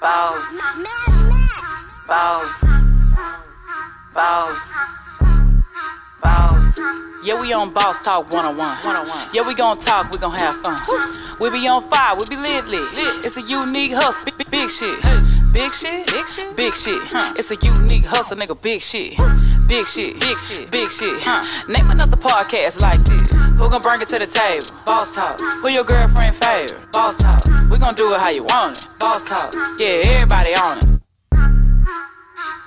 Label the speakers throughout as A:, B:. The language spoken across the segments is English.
A: Boss. Boss. Boss. Boss. Yeah, we on Boss Talk 101. 101. Yeah, we gon' talk, we gon' have fun. We be on fire, we be lit lit. It's a unique hustle, big, big shit. Big shit, big shit, big shit. Huh. It's a unique hustle, nigga, big shit. Big shit, big shit, big shit. Huh. Name another podcast like this. Who gon' bring it to the table? Boss Talk. Who your girlfriend favorite? Boss Talk. We gon' do it how you want it. Boss Talk. Yeah, everybody on it.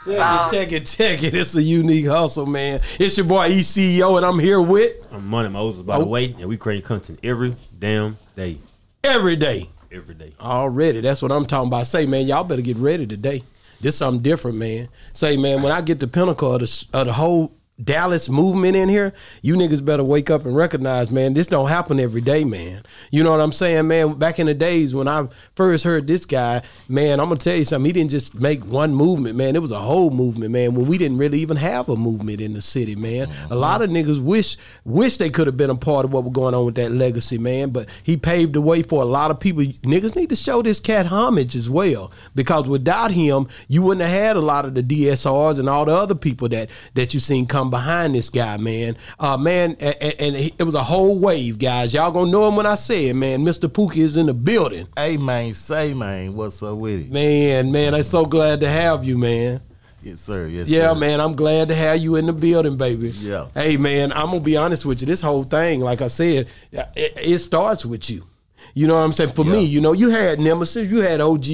B: Check it, check it, check it. It's a unique hustle, man. It's your boy E ECO, and I'm here with
C: I'm Money Moses, by
B: Oh.
C: the way, and we create content every damn day,
B: every day.
C: every day.
B: Already, that's what I'm talking about. Say, man, y'all better get ready today. This something different, man. Say, man, when I get the pinnacle of the, of the whole Dallas movement in here, you niggas better wake up and recognize, man, this don't happen every day, man. You know what I'm saying, man? Back in the days when I first heard this guy, man, I'm gonna tell you something. He didn't just make one movement, man. It was a whole movement, man. When we didn't really even have a movement in the city, man. A lot of niggas wish wish they could have been a part of what was going on with that legacy, man. But he paved the way for a lot of people. Niggas need to show this cat homage as well, because without him, you wouldn't have had a lot of the DSRs and all the other people that that you seen come behind this guy, man. Uh, man, and, and he- it was a whole wave, guys. Y'all gonna know him when I say it, man. Mr. Pookie is in the building,
D: Hey man, say man, what's up with it?
B: man. Man, I'm so glad to have you, man.
D: Yes sir, yes sir.
B: Yeah, man, I'm glad to have you in the building, baby.
D: Yeah.
B: Hey, man, I'm gonna be honest with you. This whole thing, like I said, it, it starts with you. You know what I'm saying? For me,
D: Yeah.
B: you know, you had Nemesis, you had OG,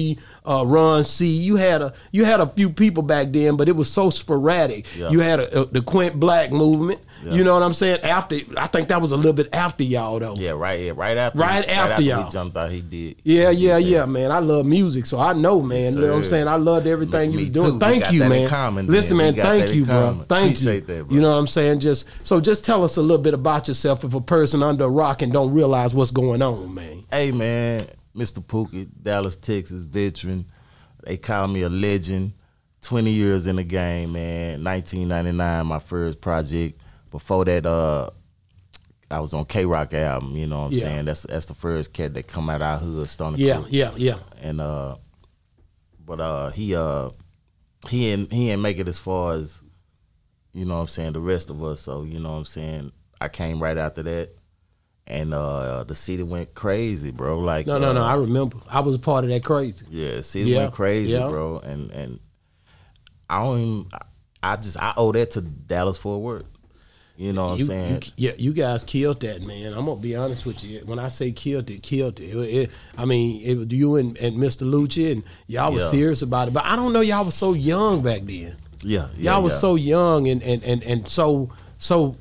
B: uh, Ron C, you had a you had a few people back then, but it was so sporadic.
D: Yeah.
B: You had a, a, the Quint Black movement.
D: Yeah.
B: You know what I'm saying? After I think that was a little bit after y'all though.
D: Yeah, right here, right after
B: Right after y'all.
D: he jumped out, he did.
B: Yeah,
D: he
B: yeah,
D: did that.
B: yeah, man. I love music, so I know, man.
D: Yes,
B: you know what I'm
D: sir.
B: saying? I loved everything
D: Me
B: you was doing.
D: too. We
B: Thank
D: got
B: you,
D: that in
B: man.
D: common,
B: Listen,
D: then.
B: man.
D: We got
B: Thank
D: that in
B: you, bro.
D: common.
B: Thank
D: Appreciate
B: you.
D: that, bro.
B: You know what I'm saying? Just so, just tell us a little bit about yourself if a person under a rock and don't realize what's going on, man.
D: Hey man, Mr. Pookie, Dallas, Texas veteran. They call me a legend. Twenty years in the game, man. Nineteen ninety nine, my first project. Before that, uh, I was on K Rock album. You know what I'm
B: Yeah.
D: saying? That's that's the first cat that come out of our hood, Stony
B: Yeah,
D: Creek.
B: yeah, yeah.
D: and uh but uh he uh he ain't he ain't make it as far as you know what I'm saying the rest of us so you know what I'm saying I came right after that and uh the city went crazy bro like
B: No, no, no.
D: uh,
B: I remember. I was a part of that crazy.
D: yeah the city
B: Yeah,
D: went crazy
B: yeah.
D: bro and and I don't even I- I just I owe that to Dallas Fort Worth you know what
B: you,
D: I'm saying
B: you- yeah, you guys killed that, man. I'm gonna be honest with you. When I say killed it, killed it. It- it- I mean, it was you and, and Mr. Lucci, and y'all was
D: Yeah.
B: serious about it. But I don't know, y'all was so young back then.
D: yeah, yeah
B: y'all was
D: yeah.
B: so young and and and and so so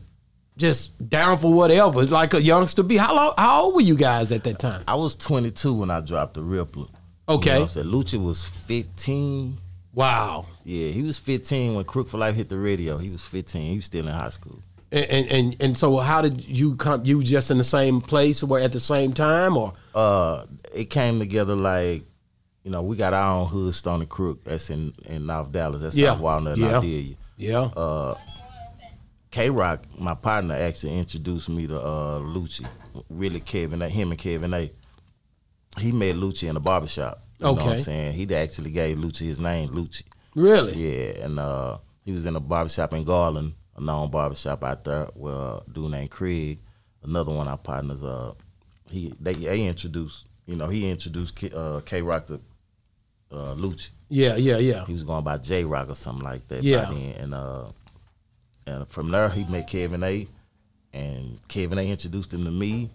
B: just down for whatever. It's like a youngster be. How long, how old were you guys at that time?
D: I was 22 when I dropped the Rippler
B: Okay.
D: you know what I'm saying Lucha was 15
B: Wow.
D: Yeah, he was 15 when Crook for Life hit the radio. He was 15. He was still in high school.
B: And, and and and so how did you come? You just in the same place or at the same time or
D: Uh, it came together like, you know, we got our own hood, Stony Crook. That's in, in North Dallas. That's
B: Yeah.
D: South Walnut.
B: Yeah.
D: I did you.
B: yeah?
D: K Rock, my partner, actually introduced me to uh, Lucci. Really, Kevin, A- him and Kevin A. He met Lucci in a barbershop. You know what
B: Okay.
D: I'm saying? He actually gave Lucci his name, Lucci.
B: really?
D: Yeah, and uh, he was in a barbershop in Garland, a known barbershop out there with a dude named Craig, another one of our partners. Uh, he they, they introduced, you know, he introduced K, uh, K Rock to uh, Lucci.
B: Yeah, yeah, yeah.
D: He was going by J Rock or something like that.
B: Yeah.
D: By then. And uh, and from there he met Kevin A. And Kevin A. introduced him to me.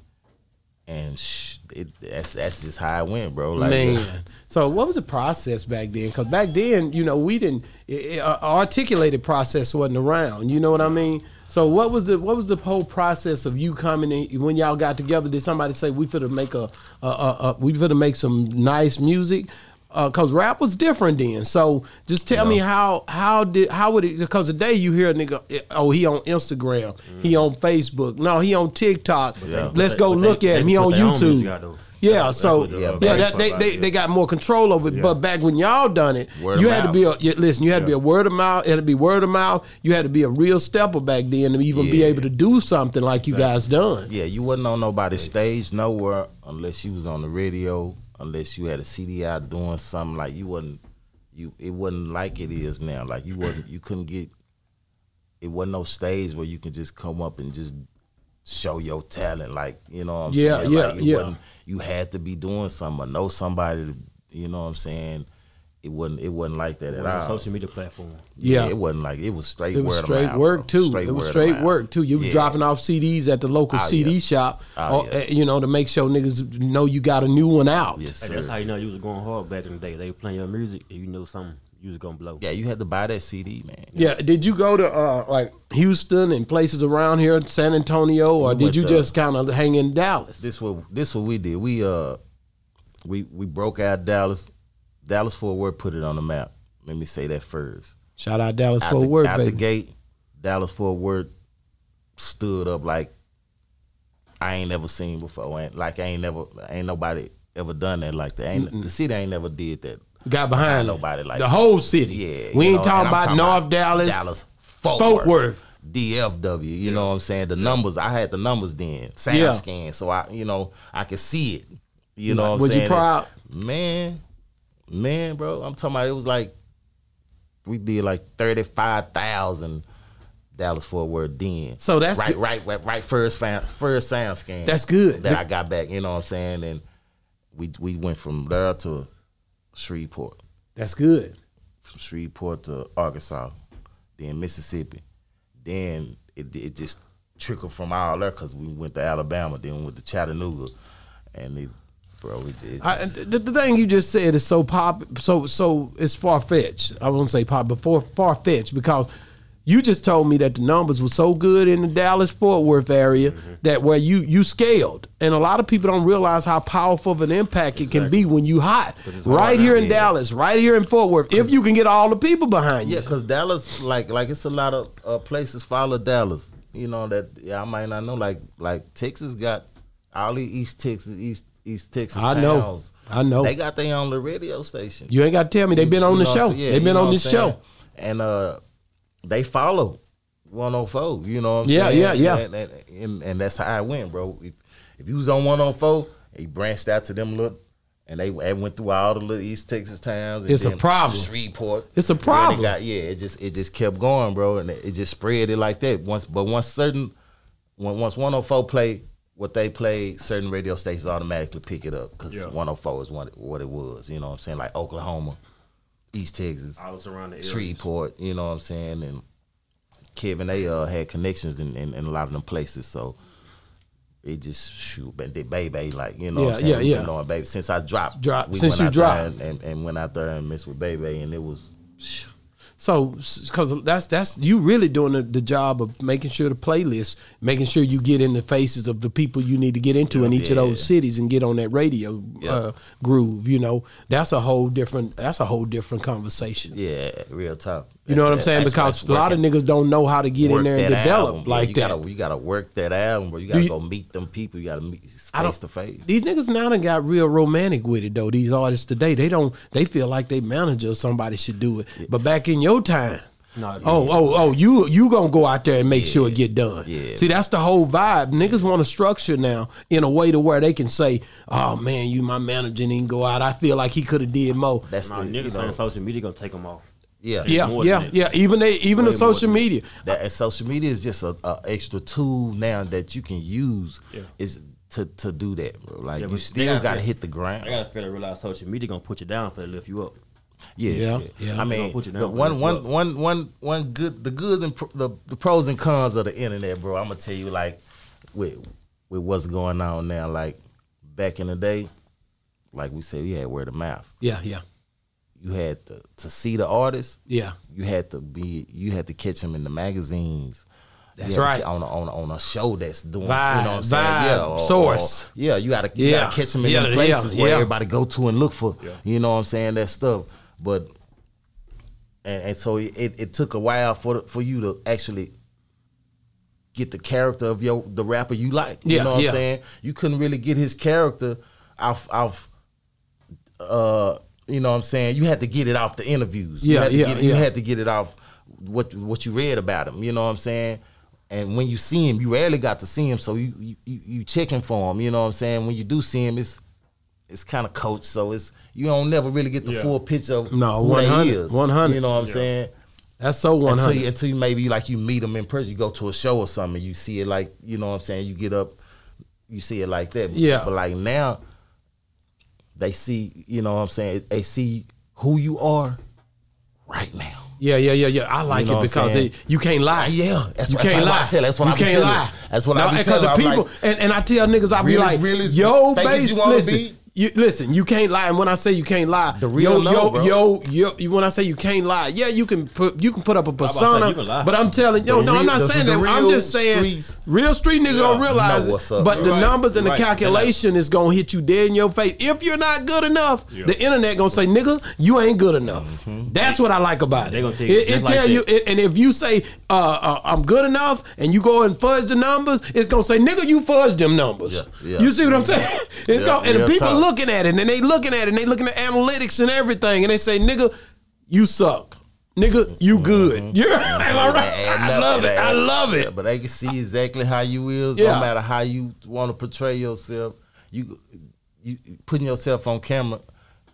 D: And sh- it, that's that's just how it went, bro. Like,
B: Man, so what was the process back then? Because back then, you know, we didn't i i- a articulated process wasn't around. You know what I mean? So what was the what was the whole process of you coming in when y'all got together? Did somebody say we finna make a, a, a, a we finna make some nice music? Because rap was different then. So just tell me how how did how would it? Because today you hear a nigga, eh, oh he on Instagram, he on Facebook, no he on TikTok.
D: Yeah.
B: Let's
C: But
B: go
C: they-
B: look
C: Mm-hmm. they
B: at him. He
C: put
B: on
C: their own music
B: YouTube.
C: out, though.
B: Yeah, so
C: what the,
B: yeah,
C: uh,
B: that, they,
C: baseball
B: they,
C: is.
B: they got more control over it. But back when y'all done it,
D: Word
B: you
D: of
B: had to
D: mouth.
B: be a you, listen. You had to be
C: Yeah.
B: a word of mouth. It had to be word of mouth. You had to be a real stepper back then to even be
D: Yeah.
B: able to do something like you guys done.
D: Yeah, you wasn't on nobody's stage nowhere unless you was on the radio, unless you had a CD out doing something like you wasn't you it wasn't like it is now. Like you wasn't you couldn't get it wasn't no stage where you can just come up and just show your talent like you know what I'm
B: Yeah,
D: saying?
B: yeah,
D: like, it
B: yeah.
D: wasn't- you had to be doing something or know somebody to, you know what I'm saying? It wasn't it wasn't like that at
C: on
D: all.
C: social media platform.
B: Yeah.
D: it wasn't like it was straight
B: It was
D: word of
B: straight
D: mouth, bro.
B: work too. it
D: word
B: was
D: of
B: straight
D: mouth.
B: work too. You was
D: Yeah.
B: dropping off CDs at the local
D: Oh,
B: CD
D: yeah.
B: shop,
D: Oh,
B: or,
D: yeah.
B: uh, you know, to make sure niggas know you got a new one out.
D: Yes,
C: Hey,
D: sir.
C: that's how you know you was going hard back in the day. They were playing your music and you knew something you was gonna blow.
D: Yeah, you had to buy that CD, man.
B: Yeah, did you go to uh, like Houston and places around here, San Antonio, or
D: We
B: did
D: went
B: you
D: to-
B: just kind of hang in Dallas?
D: This what this what we did. We uh, we we broke out Dallas, Dallas Fort Worth, put it on the map. Let me say that first.
B: Shout out Dallas
D: Out
B: Fort
D: the,
B: Worth,
D: out
B: baby.
D: the gate, Dallas Fort Worth stood up like I ain't never seen before. Ain't like I ain't never ain't nobody ever done that like that. Ain't, the city ain't never did that.
B: got behind them.
D: Nobody like
B: the
D: that.
B: whole city.
D: Yeah,
B: we
D: you
B: ain't
D: know,
B: talking
D: and I'm
B: about North Dallas.
D: Dallas, Fort,
B: Fort Worth.
D: Worth, DFW. You know what I'm saying? The numbers. I had the numbers then. Sound
B: Yeah.
D: scan, so I, you know, I could see it. You know what
B: Was
D: I'm
B: you
D: saying?
B: proud?
D: Man, man, bro. I'm talking about it was like we did like thirty five thousand. Dallas Fort Worth then.
B: So that's
D: right,
B: good.
D: right, right, right. First, fan, first sound scan.
B: That's good.
D: That I got back. You know what I'm saying? And we we went from there to Shreveport
B: That's good.
D: from Shreveport to Arkansas, then Mississippi, then it, it just trickled from all there because we went to Alabama, then we went to Chattanooga, and it, bro, it, it just,
B: I, the, the thing you just said is so pop, so so it's far fetched. I won't say pop, but far fetched because you just told me that the numbers were so good in the Dallas Fort Worth area
D: Mm-hmm.
B: that where you you scaled, and a lot of people don't realize how powerful of an impact it can be when you hot.
C: it's hot
B: Right
C: right
B: here
C: now,
B: in
D: yeah.
B: Dallas, right here in Fort Worth, if you can get all the people behind you.
D: yeah, because Dallas, like like it's a lot of uh, places follow Dallas, you know that yeah, I might not know like like Texas got all the East Texas East East Texas
B: I know.
D: towns,
B: I know.
D: they got their own little radio station.
B: You ain't got to tell me they've been on
D: You
B: the
D: know what
B: show.
D: I'm saying? Yeah,
B: they've
D: you
B: been
D: know
B: on
D: what
B: this
D: I'm
B: show.
D: saying? And uh, they follow 104. You know what I'm
B: Yeah,
D: saying?
B: yeah, yeah.
D: And, and, and, and that's how I went, bro. If, if you was on 104, he branched out to them little. And they, they went through all the little East Texas towns. And
B: It's a
D: then
B: problem.
D: Shreveport.
B: It's a
D: Then they
B: problem.
D: got- yeah, it just it just kept going, bro, and it, it just spread it like that. Once, but once certain, when, once 104 played what they played, certain radio stations automatically pick it up because
C: Yeah.
D: 104 is what it, what it was. You know what I'm saying? Like Oklahoma, East Texas,
C: I was around the areas.
D: Shreveport. You know what I'm saying? And Kevin, they uh, had connections in, in, in a lot of them places, so. It just shoot, but they baby like you know,
B: Yeah,
D: what I'm saying?
B: yeah,
D: We've been
B: yeah.
D: knowing baby since I dropped,
B: Dropped, since
D: went
B: you
D: out there
B: dropped.
D: and, and, and went out there and messed with baby, and it was phew,
B: So, because that's that's you really doing the, the job of making sure the playlist, making sure you get in the faces of the people you need to get into in each of those
D: Yeah.
B: cities and get on that radio uh,
D: Yeah.
B: groove. You know, that's a whole different that's a whole different conversation.
D: Yeah, real talk.
B: You know what I'm saying? Because a lot of niggas don't know how to get in there and develop like
D: you
B: that.
D: Gotta, you gotta work that album, bro. You gotta
B: you-
D: go meet them people. You gotta meet
B: I don't-
D: face to face.
B: These niggas now done got real romantic with it though. These artists today, they don't they feel like they manager or somebody should do it. But back in your time,
C: No,
B: oh, oh, oh, you you gonna go out there and make sure it get done.
D: Yeah.
B: See, that's the whole vibe. Niggas want a structure now in a way to where they can say, Oh man, you my manager and he can go out. I feel like he could have did more.
D: That's
C: Nah,
D: the
C: niggas
D: you know,
C: on social media gonna take them off.
D: yeah,
B: Yeah,
C: more
B: yeah,
C: than that.
B: yeah. Even they even the
D: way more
B: social
D: than-
B: media.
D: That and social media is just a, a extra tool now that you can use
C: Yeah.
D: is to to do that, bro. Like
C: Yeah, but
D: you
C: they
D: still
C: gotta
D: gotta,
C: feel-
D: hit the ground.
C: I gotta feel to realize social media gonna put you down for they lift you up.
D: Yeah,
B: Yeah, yeah.
D: I
B: They
D: mean,
C: gonna put you down
D: but
C: for
D: one,
C: that
D: one,
C: club.
D: one, one, one good. The goods and pro, the, the pros and cons of the internet, bro. I'm gonna tell you, like, with with what's going on now. Like back in the day, like we said, we had word of mouth.
B: Yeah, yeah,
D: You had to to see the artist.
B: yeah.
D: You had to be. You had to catch him in the magazines. You
B: That's
D: had to
B: right.
D: ca- On a, on a, on a show that's doing, you
B: Vibe,
D: know what I'm saying?
B: vibe,
D: yeah, or-
B: source.
D: or- yeah, you gotta, you
B: Yeah.
D: gotta catch them in
B: Yeah,
D: them places
B: yeah,
D: where
B: yeah.
D: everybody go to and look for.
C: Yeah.
D: You know what I'm saying? That stuff. But and, and so it, it took a while for for you to actually get the character of your the rapper you like. You
B: Yeah,
D: know what
B: yeah.
D: I'm saying? You couldn't really get his character I've I've uh you know what I'm saying you had to get it off the interviews. you
B: Yeah,
D: had to
B: yeah,
D: get it, You
B: yeah.
D: had to get it off what what you read about him. You know what I'm saying. And when you see him, you rarely got to see him, so you you, you you checking for him. You know what I'm saying. When you do see him, it's it's kind of coached, so it's you don't never really get the
E: Yeah.
D: full picture of
B: No,
D: who they
B: 100,
D: is.
B: 100.
D: You know what I'm saying.
B: That's so one
D: Until you,
B: hundred.
D: until you maybe like you meet them in person, you go to a show or something, and you see it like you know what I'm saying. You get up, you see it like that.
B: Yeah.
D: But like now, they see you know what I'm saying. They see who you are right now.
B: Yeah, yeah, yeah, yeah. I like
D: know what
B: it
D: I'm
B: because
D: saying?
B: it, you can't lie.
D: Yeah, that's
B: you
D: what- that's
B: can't
D: what I
B: lie.
D: tell- that's what
B: you
D: I be
B: can't
D: telling
B: lie.
D: them. That's what I be
B: and
D: telling
B: the
D: them, I'm
B: people,
D: like-
B: and, and I tell niggas, I be
D: Real as-
B: like,
D: real as
B: yo,
D: fake as
B: base,
D: you wanna
B: listen,
D: be.
B: you listen, you can't lie. And when I say you can't lie,
D: The real
B: yo,
D: no,
B: yo,
D: bro.
B: yo, yo, you- when I say you can't lie, yeah, you can put you can put up a
C: about to say, you
B: persona,
C: can lie.
B: but I'm telling yo,
D: The
B: no, I'm
D: real-
B: not
D: the-
B: saying
D: the
B: that. I'm
D: real
B: just saying
D: streets-
B: real street niggas don't realize
D: know
B: it,
D: what's up.
B: but the
C: You're right.
B: numbers and the
C: You're right. They're not.
B: calculation is gonna hit you dead in your face. If you're not good enough,
E: Yeah.
B: the internet gonna say, nigga, you ain't good enough.
D: Mm-hmm.
B: That's what I like about it.
C: They gonna take
B: it,
C: it just like
B: tell
C: that.
B: you, it- and if you say uh, uh, I'm good enough, and you go and fudge the numbers, it's gonna say nigga, you fudged them numbers.
D: Yeah, yeah. Mm-hmm.
B: You see what I'm saying? It's
D: Yeah,
B: gonna, and the
D: real
B: people
D: talk.
B: looking at it, and they looking at it, and they looking at analytics and everything, and they say nigga, you suck. Nigga, you
D: Mm-hmm.
B: good. You're am I right?
D: They add
B: I
D: up,
B: love
D: they
B: it. I
D: add-
B: love
D: Yeah,
B: it.
D: but they can see exactly how you is,
B: Yeah.
D: no matter how you want to portray yourself. You you putting yourself on camera,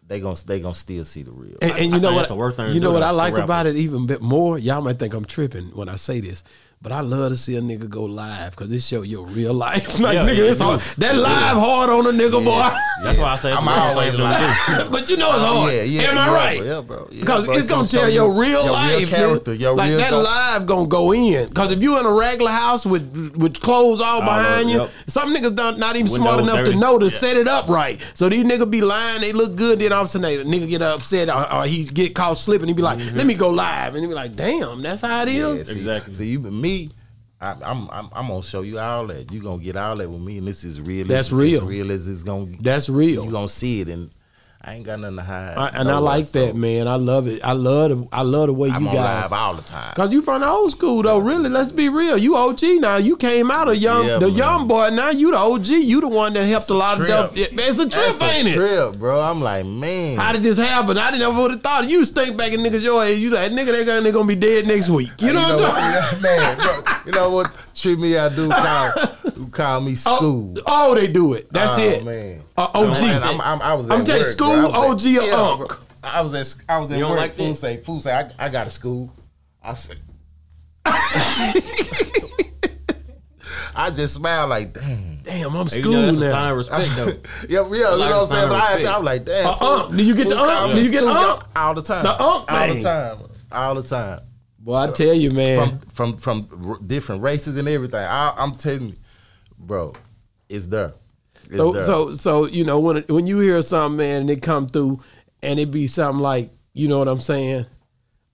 D: they gonna they gonna still see the real.
B: And, and
C: I
B: you know
C: think
B: what?
C: that's the worst thing to
B: you know
C: do
B: what
C: to-
B: I like
C: to
B: about it even bit more. Y'all might think I'm tripping when I say this, but I love to see a nigga go live because it show your real life. like
C: Yeah,
B: nigga,
C: it
B: it's hard.
C: is.
B: That live hard on a nigga, boy.
C: That's why I say it's
D: I'm
C: the worst thing
D: always
C: to do.
D: lying.
B: but you know it's hard.
D: Yeah, yeah,
B: Am
D: yeah,
B: I
D: bro,
B: right?
D: yeah, bro, yeah,
B: Because
D: bro,
B: it's,
D: it's
B: gonna,
D: gonna show
B: tell
D: you
B: your real
D: your real
B: life, nigga.
D: character, your
B: like
D: real
B: that
D: self.
B: live gonna go in. Because if you in a regular house with with clothes all behind
C: over,
B: you,
C: yep.
B: some niggas don't, not even smart
C: Windows
B: enough
C: dirty.
B: to know to set it up right. So these niggas be lying, they look good, then all of a sudden they, a nigga get upset or, or he get caught slipping. He be like,
C: Mm-hmm.
B: "Let me go live," and he be like, "Damn, that's how it
D: Yeah,
B: is."
D: see,
C: Exactly.
D: See, you me, I, I'm I'm I'm gonna show you all that. You gonna get all that with me, and this is real.
B: That's
D: as-
B: real.
D: As real as it's gonna.
B: That's real.
D: You gonna see it, and I ain't got nothing to hide.
B: I, and I
D: nowhere,
B: like
D: so
B: that, man. I love it. I love the I love the way
D: I'm
B: you
D: on
B: guys
D: live all the time.
B: Cause you from the old school though, really. Let's be real. You OG now. You came out of young,
D: Yeah,
B: the
D: man.
B: young boy. Now you the OG. You the one that helped a lot
D: trip.
B: of. Them. It's a trip,
D: That's a
B: ain't it?
D: trip, bro. I'm like, man.
B: How did this happen? I didn't ever would have thought. You stink back in niggas your age. You like nigga, they gonna, they gonna be dead next week. You know, what I'm talking?
D: what, man, bro, you know what? Treat me, I do call, call me school.
B: Oh, oh, they do it. That's
D: Oh,
B: it.
D: man.
B: Uh, OG.
D: Man, I'm, I'm, I was at
B: I'm telling you,
D: work,
B: school,
D: bro. I was at-
B: OG, or
D: yeah,
B: unk.
D: bro. I was at I was at
C: You don't
D: work.
C: like that?
D: food say, food say, I, I got a school. I said, I just smile like, damn.
B: Damn,
C: You
B: I'm
C: know,
B: school
C: that's a sign
B: now.
C: of respect, though.
D: Yeah, yeah, you know
C: Like
D: what
C: a
D: I'm
C: sign
D: saying.
C: of
D: But I,
C: respect.
D: I'm like, damn.
B: Uh,
D: fool-
B: unk. Do you get
D: fool
B: the unk?
D: call
B: Do
D: me
B: you get
D: school,
B: unk?
D: y'all, all the time?
B: The unk
D: all
B: thing.
D: the time, all the time.
B: Boy, I tell you, man.
D: from from from r- different races and everything. I, I'm telling you, bro, it's there. It's
B: so
D: there.
B: so so you know when when you hear something man and it come through and it be something like you know what I'm saying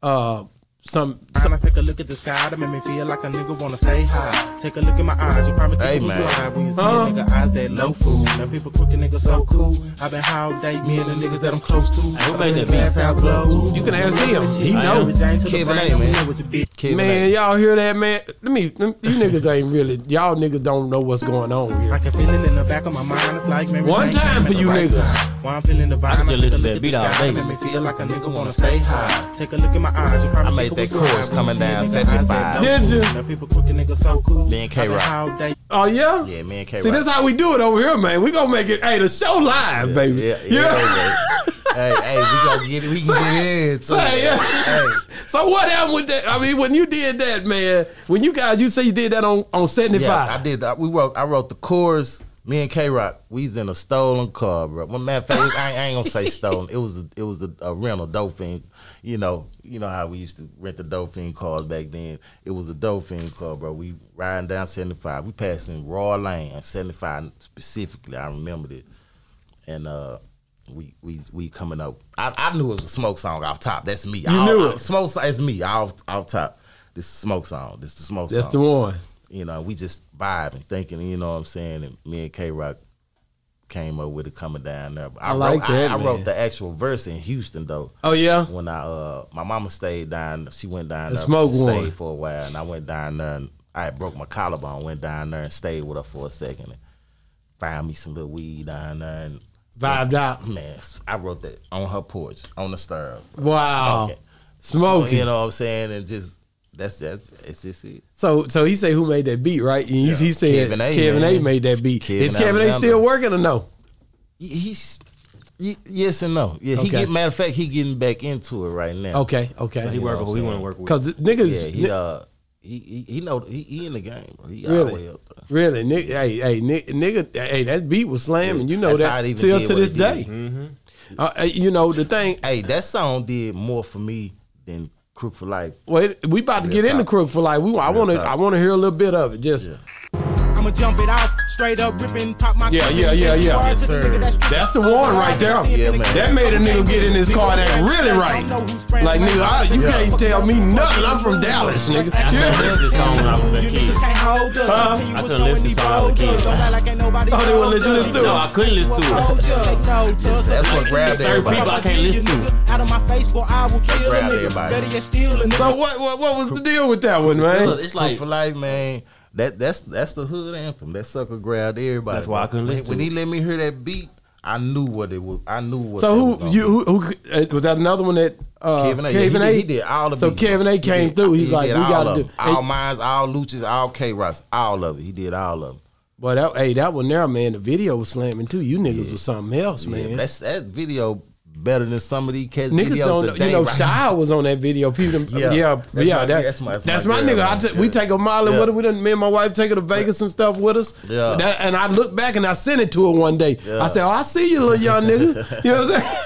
B: uh some
F: Time I take a look at the sky to make me feel like a nigga wanna stay high. Take a look in my eyes, you probably
D: Hey,
F: take a
D: man.
F: look blind when you see
B: Huh?
F: a nigga eyes that low fool. Now people cooking niggas so cool. I've been high all day, me and the niggas that I'm close to.
C: Hey, who
F: I've
C: made
F: been
C: that beat?
F: glass house glow.
B: You can ask him. He
F: Shit,
B: know.
F: everything to the
D: Kevin
F: brain,
D: A,
F: don't
D: man.
F: know what you be-
D: Kevin
B: man
D: A.
B: y'all hear that man let me, let me- you niggas ain't really y'all niggas don't know what's going on
F: I
B: here
F: can feel it in the back of my mind. It's like memory
B: One
F: lane,
B: time
F: I'm
B: for
F: at
B: you
F: the right
B: niggas.
F: time. While I'm feeling the vibe,
C: can
F: I
C: just
F: take a
C: listen to
F: look
C: that beat
F: at
C: all
F: the sky
C: day.
F: to Make me feel like a nigga wanna stay high. Take a look in my eyes. You probably
D: I made
F: take a
D: that
F: look
D: chorus
F: blind
D: coming
F: when you
D: down
F: see a nigga eyes
D: 75.
F: that low
B: Did
F: fool.
B: you?
F: Now people cooking niggas so cool.
D: Me and
F: I've been
D: K-Rock.
F: high all day.
B: oh yeah
D: Yeah, me and K.
B: see that's how we do it over here man we gonna make it hey the show live baby
D: yeah, yeah. Hey, hey, hey, we gonna get it. We can get in. too.
B: Say, yeah.
D: Hey,
B: so what happened with that I mean when you did that man when you guys you say you did that on on 75
D: yeah, I did. that. we wrote. I wrote the chorus. Me and K Rock, we's in a stolen car, bro. Well, matter of fact, I, ain't- I ain't gonna say stolen. It was a, it was a, a rental Dolphin. You know, you know how we used to rent the Dolphin cars back then. It was a Dolphin car, bro. We riding down seventy five. We passing Raw Lane, seventy five specifically. I remembered it, and uh, we we we coming up. I, I knew it was a smoke song off top. That's me. You
B: knew it.
D: Smoke. song- It's me. Off off top. This is smoke song. This is the smoke song
B: that's the one
D: you know, we just vibing, thinking, you know what I'm saying? And me and K Rock came up with it coming down there. But
B: I like
D: wrote,
B: that,
D: I,
B: man.
D: I wrote the actual verse in Houston though.
B: oh yeah
D: When I uh my mama stayed down she went down
B: The
D: there
B: smoke
D: stayed
B: one.
D: for a while and I went down there and I had broke my collarbone, went down there and stayed with her for a second and found me some little weed down there and
B: Vibed out.
D: Man, I wrote that on her porch on the stove.
B: Wow.
D: Smoking.
B: Smoking.
D: So, you know what I'm saying? And just that's that's it's just it.
B: So, so he say who made that beat, right? And he, he said Kevin
D: Kevin
B: A,
D: A, man.
B: made that beat.
D: Kevin
B: Is Kevin A
D: Alexander.
B: still working or no?
D: Y- He's y- yes and no. Yeah,
B: Okay.
D: he get matter of fact, he getting back into it right now.
B: Okay, okay.
C: He work with who he
D: saying?
C: want to work with.
B: Because niggas,
D: Yeah, he uh he he, he know he, he in the game, bro. He all the way
B: really,
D: up there.
B: really, nigga, hey, hey, ni- nigga, hey, that beat was slamming. You know
D: That's how
B: that
D: it even
B: till
D: did
B: to
D: what
B: this
D: it did.
B: day. Uh, uh, you know the thing.
D: Hey, that song did more for me than Crook for Life.
B: Wait, we about to
D: Real
B: get into
D: talk.
B: crook for like we. I
D: Real
B: want to,
D: talk.
B: I want to hear a little bit of it. Just
D: Yeah.
F: I'ma jump it off, straight up ripping, pop my
B: Yeah,
F: clip
B: yeah,
F: in
B: yeah,
F: this
B: yeah.
F: bar
B: Yes,
F: to the
D: sir.
F: nigga that's
B: That's the
F: tripping
B: one
F: on
B: right
F: the
B: there.
F: line.
D: Yeah, man.
B: that made a nigga get in his car that really right. Like nigga, I, you
F: Yeah.
B: can't tell me nothing. I'm from Dallas, nigga.
C: I
B: Yeah.
C: couldn't listen to this song when I was a kid.
B: Huh?
F: Huh?
C: I couldn't listen to this song as a kid.
B: Oh, they wouldn't let you listen to it.
C: No, I couldn't listen to it.
D: That's what grabbed everybody.
C: people I can't listen to.
F: Out of my face, boy, I will kill a
D: grabbed
F: nigga.
D: everybody.
F: Better yet, steal a
B: So
F: nigga.
B: what, what, what was the deal with that one,
C: Look,
B: man?
C: It's
D: Like,
C: like
D: for life, man. That that's that's the hood anthem. That sucker grabbed everybody.
C: That's why I couldn't
D: When-
C: listen to
D: When
C: it.
D: he let me hear that beat, I knew what it was. I knew what. that
B: So who
D: was gonna
B: you
D: be.
B: who, who uh, was that another one that uh,
D: Kevin A. yeah,
B: Kevin
D: he,
B: A.
D: Did, he did all the
B: So
D: beats.
B: Kevin A.
D: He
B: came
D: did-
B: through. He's
D: he
B: like,
D: did
B: we
D: all
B: got
D: of
B: to do.
D: them. all
B: Hey,
D: mines, all Luchas, all K Ross, all of it. He did all of them.
B: boy, that, hey, that one there, man. The video was slamming too. You niggas was something else,
D: Yeah,
B: man.
D: that's that video better than some of these cats.
B: Niggas
D: videos
B: don't, know-
D: today,
B: you know,
D: right?
B: Shy was on that video. People, yeah,
D: Yeah.
B: yeah,
D: That's
B: yeah
D: my-
B: that- that's
D: that's my-
B: my,
D: that's my girl,
B: nigga. I
D: man.
B: t- We
D: Yeah.
B: take a mile and
D: Yeah.
B: what we done. Me and my wife take her to Vegas and stuff with us.
D: Yeah.
B: That- and I look back and I sent it to her one day. I said, "Oh, I see you, little young nigga." You know what I'm saying?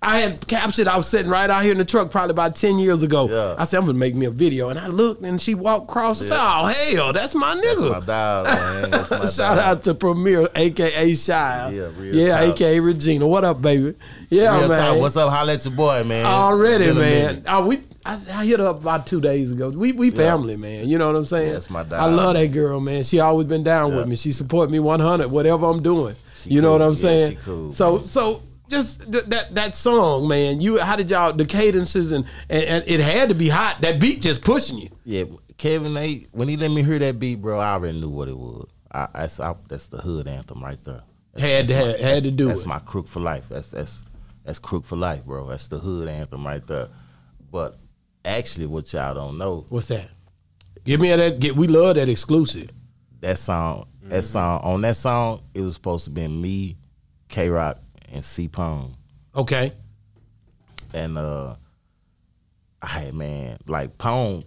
B: I had captured. I was sitting right out here in the truck, probably about ten years ago.
D: Yeah.
B: I said, "I'm gonna make me a video," and I looked, and she walked across. I said, "Oh, hell, that's my
D: That's my
B: nigga."
D: dog, man. That's my
B: Shout
D: dog.
B: out to Premier, aka Shy.
D: Yeah, real
B: yeah,
D: talk.
B: aka Regina. What up, baby? Yeah,
D: Real
B: man.
D: talk. What's up? Holla at your boy, man.
B: Already,
D: Been a
B: man.
D: minute.
B: Oh, we I, I hit her up about two days ago. We we family, man. You know what I'm saying?
D: Yeah, that's my
B: I
D: dog.
B: love that girl, man. She always been down with me. She support me 100, whatever I'm doing.
D: She
B: you know
D: cool.
B: what I'm
D: Yeah,
B: saying?
D: she cool,
B: so
D: man.
B: so just th- that that song, man. You how did y'all the cadences and, and and it had to be hot. That beat just pushing you.
D: Yeah, Kevin A. When he let me hear that beat, bro, I already knew what it was. I, that's I, that's the hood anthem right there. That's,
B: Had to
D: that's
B: have- had to do
D: That's
B: it.
D: my crook for life. That's that's that's crook for life, bro. That's the hood anthem right there. But actually, what y'all don't know,
B: What's that? Give me that. Get, we love that exclusive.
D: that song,
B: Mm-hmm.
D: that song on that song, it was supposed to be me, K Rock, and C Pone.
B: Okay.
D: and uh I man, like Pone,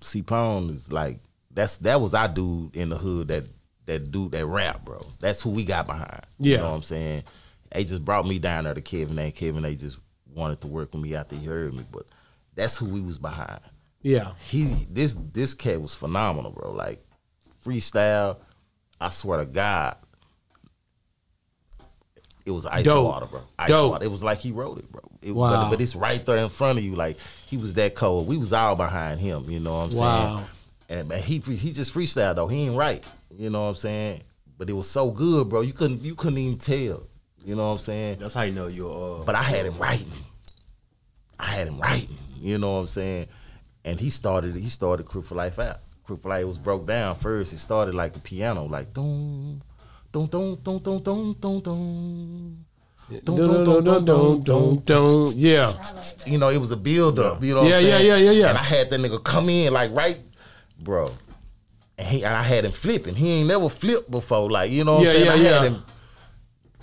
D: C Pone is like that's that was our dude in the hood that that dude that rap, bro. That's who we got behind.
B: Yeah.
D: You know what I'm saying? They just brought me down there to Kevin A. Kevin A just wanted to work with me after he heard me, but that's who we was behind.
B: Yeah.
D: He this this cat was phenomenal, bro. Like freestyle, I swear to God. It was ice
B: Dope.
D: water, bro. Ice
B: Dope.
D: water. It was like he wrote it, bro. It,
B: Wow.
D: but, but it's right there in front of you. Like he was that cold. We was all behind him. You know what I'm
B: Wow.
D: saying? And man, he free- he just freestyled though. He ain't right. You know what I'm saying? But it was so good, bro. You couldn't you couldn't even tell. You know what I'm saying?
C: that's how you know you're. Uh,
D: But I had him writing. I had him writing. You know what I'm saying? And he started he started Crip for Life out. Crip for Life was broke down first. It started like a piano, like doom, doom, doom, doom, doom, doom, doom, doom. Dun, dun, dun, dun, dun, dun,
B: dun. Yeah.
D: You know, it was a build up. You know, what
B: Yeah,
D: I'm
B: yeah,
D: saying?
B: yeah, yeah, yeah.
D: And I had that nigga come in like right, bro. And he and I had him flipping. He ain't never flipped before. Like you know, what
B: Yeah,
D: I'm saying?
B: yeah,
D: I had
B: yeah.
D: him.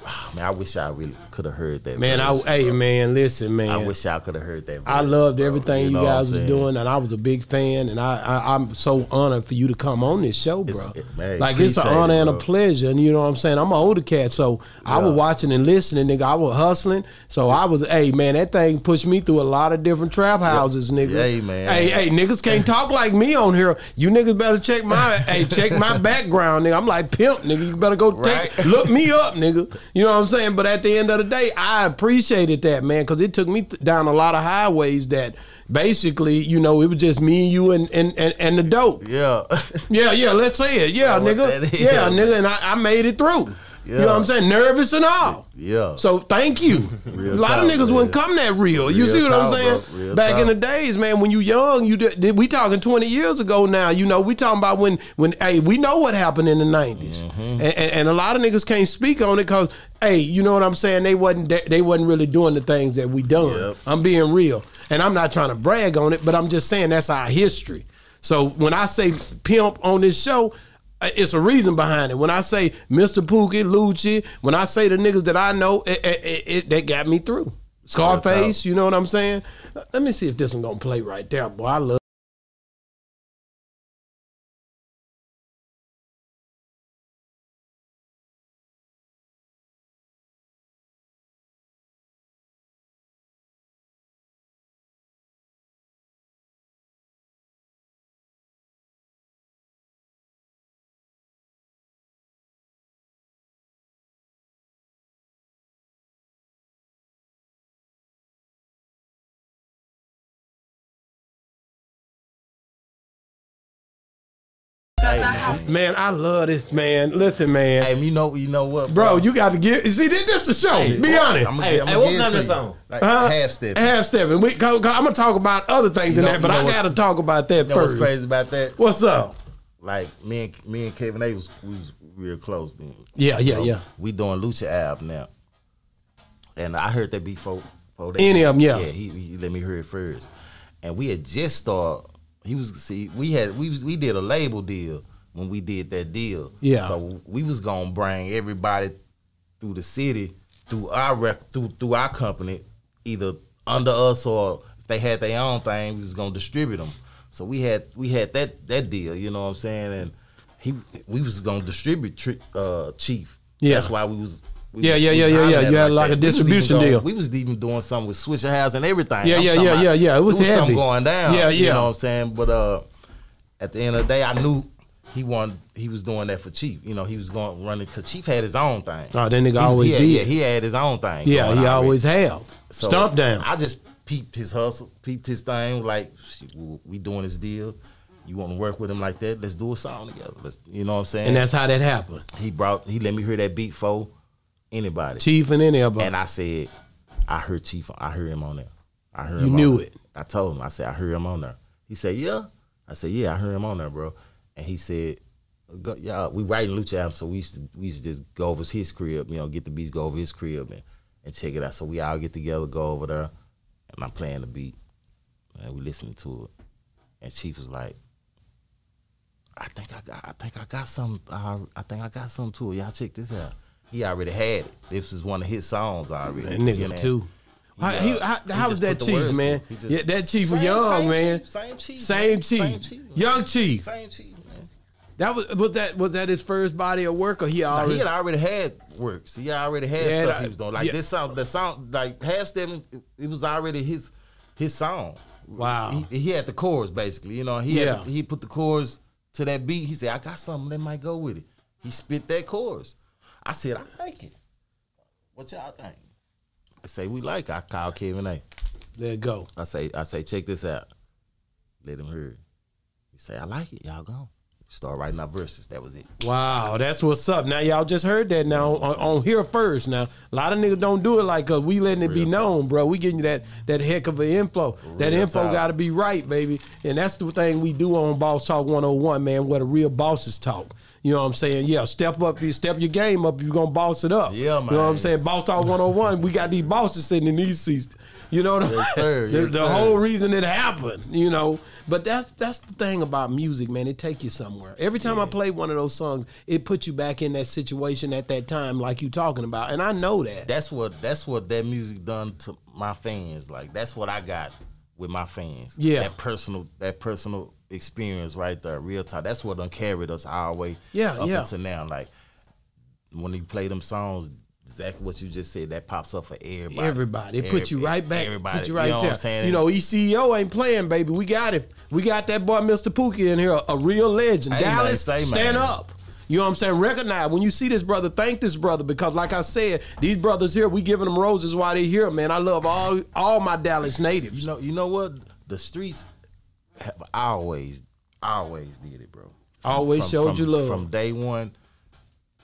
D: Wow, man, I wish I really could have heard that.
B: Man, I
D: verse,
B: hey
D: bro.
B: man, listen, man.
D: I wish I could have heard that.
B: I
D: verse,
B: loved
D: bro.
B: everything you,
D: know what I'm
B: guys was
D: saying?
B: doing, and I was a big fan, and I, I I'm so honored for you to come on this show, bro.
D: it- man,
B: like it's an
D: appreciate it,
B: honor and a
D: bro.
B: pleasure, and you know what I'm saying. I'm an older cat, so I was watching and listening, nigga. I was hustling, so I was, hey man, that thing pushed me through a lot of different trap houses, nigga.
D: Hey, man.
B: hey hey, niggas can't talk like me on here. You niggas better check my hey check my background, nigga. I'm like pimp, nigga. You better go take
D: Right.
B: look me up, nigga. You know what I'm saying? But at the end of the day, I appreciated that, man, because it took me th- down a lot of highways that basically, you know, it was just me and you and and and, and the dope.
D: Yeah,
B: Yeah, yeah, let's say it. Yeah,
D: Know what
B: nigga.
D: that is.
B: Yeah, nigga, and I, I made it through. You know what I'm
D: Yeah.
B: saying? Nervous and all.
D: Yeah.
B: So thank you. a
D: Real
B: lot of
D: talk,
B: niggas wouldn't
D: man.
B: come that real. You
D: Real
B: see what I'm
D: talk,
B: saying?
D: bro. Real
B: Back in
D: talk.
B: the days, man, when you young, you did, did- we talking 20 years ago now. You know, we talking about when when hey, we know what happened in the 90s,
D: Mm-hmm.
B: and, and, and a lot of niggas can't speak on it because hey, you know what I'm saying? They wasn't they, they wasn't really doing the things that we done.
D: Yep.
B: I'm being real, and I'm not trying to brag on it, but I'm just saying that's our history. So when I say pimp on this show, uh, it's a reason behind it. When I say Mr. Pookie, Lucci, when I say the niggas that I know, it, it, it, it that got me through. Scarface, you know what I'm saying? Uh, Let me see if this one gonna play right there, boy. I love. Man, I love this man. Listen, man,
D: Hey, you know, you know what,
B: bro, you got to give. See, this, this the show. Be honest.
D: I'm
C: Hey,
D: gonna
C: hey, what
D: give
C: number
D: it to
C: is
D: you.
C: on?
D: Like
B: Huh?
D: half step.
B: Half stepping. We, cause, cause I'm gonna talk about other things
D: You
B: in
D: know-
B: that, but
D: you know
B: I
D: what's-
B: gotta talk about that
D: You know what's
B: first.
D: crazy about that?
B: What's up?
D: Like me and me and Kevin A was we was real close then.
B: Yeah, yeah, yeah.
D: We doing Lucha Ab now, and I heard that before. before they-
B: Any of 'em, yeah.
D: Yeah, he, he let me hear it first, and we had just started. He was see we had we was, we did a label deal when we did that deal.
B: Yeah.
D: So we was gonna bring everybody through the city through our rec, through through our company, either under us or if they had their own thing, we was gonna distribute them. So we had we had that that deal, you know what I'm saying? And he we was gonna distribute tri- uh, Chief.
B: Yeah.
D: That's why we was. We
B: Yeah,
D: was-
B: yeah,
D: we
B: yeah,
D: was
B: yeah,
D: hollering
B: yeah.
D: at
B: You
D: it
B: had like a
D: that. We was even
B: distribution
D: doing-
B: deal.
D: We was even doing something with Swisher House and everything.
B: Yeah,
D: I'm
B: yeah,
D: talking
B: yeah,
D: about
B: yeah, yeah. It was
D: there was
B: heavy.
D: something going down.
B: Yeah, yeah.
D: You know what I'm saying? But uh, at the end of the day, I knew he wanted. He was doing that for Chief. You know, he was going running because Chief had his own thing.
B: Oh, that nigga
D: He was-
B: always
D: he had,
B: did.
D: Yeah, he had his own thing.
B: Yeah,
D: going
B: he
D: already.
B: always have.
D: So,
B: Stomp down.
D: I just peeped his hustle, peeped his thing. Like shit, we- we doing this deal. You want to work with him like that? Let's do a song together. Let's, you know what I'm saying?
B: and that's how that happened.
D: he brought. He let me hear that beat for anybody.
B: Chief and any of
D: And
B: them.
D: I said, I heard Chief. I heard him on there. I heard
B: You
D: him
B: knew
D: on there.
B: it.
D: I told him. I said, I heard him on there. He said, Yeah. I said, Yeah, I heard him on there, bro. And he said, go, Yeah, we writing Lucha album, so we used to we used to just go over his crib, you know, get the beats, go over his crib, and and check it out. So we all get together, go over there, and I'm playing the beat, and we listening to it. And Chief was like, I think I got, I think I got some, I, I think I got some too. Y'all check this out. He already had it. This is one of his songs already.
B: That
D: You know?
B: nigga too. How,
D: Yeah.
B: he, how,
D: He
B: how
D: just
B: was that
D: put the
B: chief,
D: words
B: man?
D: to it. He just-
B: yeah, that chief was
D: Same-
B: young,
D: same
B: man.
D: Chief, same Chief,
B: Same
D: man.
B: chief.
D: Same Chief.
B: Young chief.
D: Same Chief, man.
B: That was was that was that his first body of work or he
D: Now, he
B: already
D: had already had works. He already had
B: Yeah,
D: stuff
B: I-
D: he was doing. Like
B: yeah.
D: this song, the song, like half stepping, it was already his his song.
B: Wow.
D: He, he had the chorus basically. You know, he
B: Oh. Yeah.
D: had the, he put the chorus to that beat. He said, "I got something that might go with it." He spit that chorus. I said, "I like it." What y'all think? I say we like. It. I call Kevin A.
B: There it go.
D: I say, I say, check this out. Let him hear it. He say, I like it. Y'all go. Start writing our verses. That was it.
B: Wow, that's what's up. Now y'all just heard that now on, on here first. Now a lot of niggas don't do it like us. We letting it be known, bro. We getting you that that heck of an info. that
D: Real
B: info
D: talk.
B: got to be right, baby. And that's the thing we do on Boss Talk 101, man. Where the real bosses talk. You know what I'm saying? Yeah, step up, you step your game up. You're gonna boss it up.
D: Yeah,
B: You know what I'm
D: man.
B: saying? Boss Talk 101. we got these bosses sitting in these seats. You know what I'm
D: Yes, sir.
B: the,
D: Yes,
B: the
D: sir.
B: whole reason it happened, you know. But that's that's the thing about music, man. It take you somewhere. Every time I play one of those songs, it puts you back in that situation at that time, like you talking about. And I know that.
D: That's what that's what that music done to my fans. Like that's what I got with my fans.
B: Yeah.
D: That personal that personal experience right there, real time. That's what done carried us our way
B: Yeah,
D: up
B: yeah.
D: until now. Like when you play them songs, exactly what you just said, that pops up for everybody.
B: Everybody, it put you
D: Every-
B: right back.
D: Everybody,
B: put you right
D: know What
B: there.
D: I'm saying?
B: You know, E ECEO ain't playing, baby. We got him. We got that boy, Mr. Pookie, in here, a, a real legend.
D: Hey, man,
B: Dallas,
D: say,
B: stand
D: man.
B: up. You know what I'm saying? Recognize when you see this brother, thank this brother because, like I said, these brothers here, we giving them roses while they here, man. I love all all my Dallas natives.
D: You know, you know what? The streets have always, always did it, bro. From-
B: Always
D: from-
B: showed
D: from-
B: you love.
D: from day one.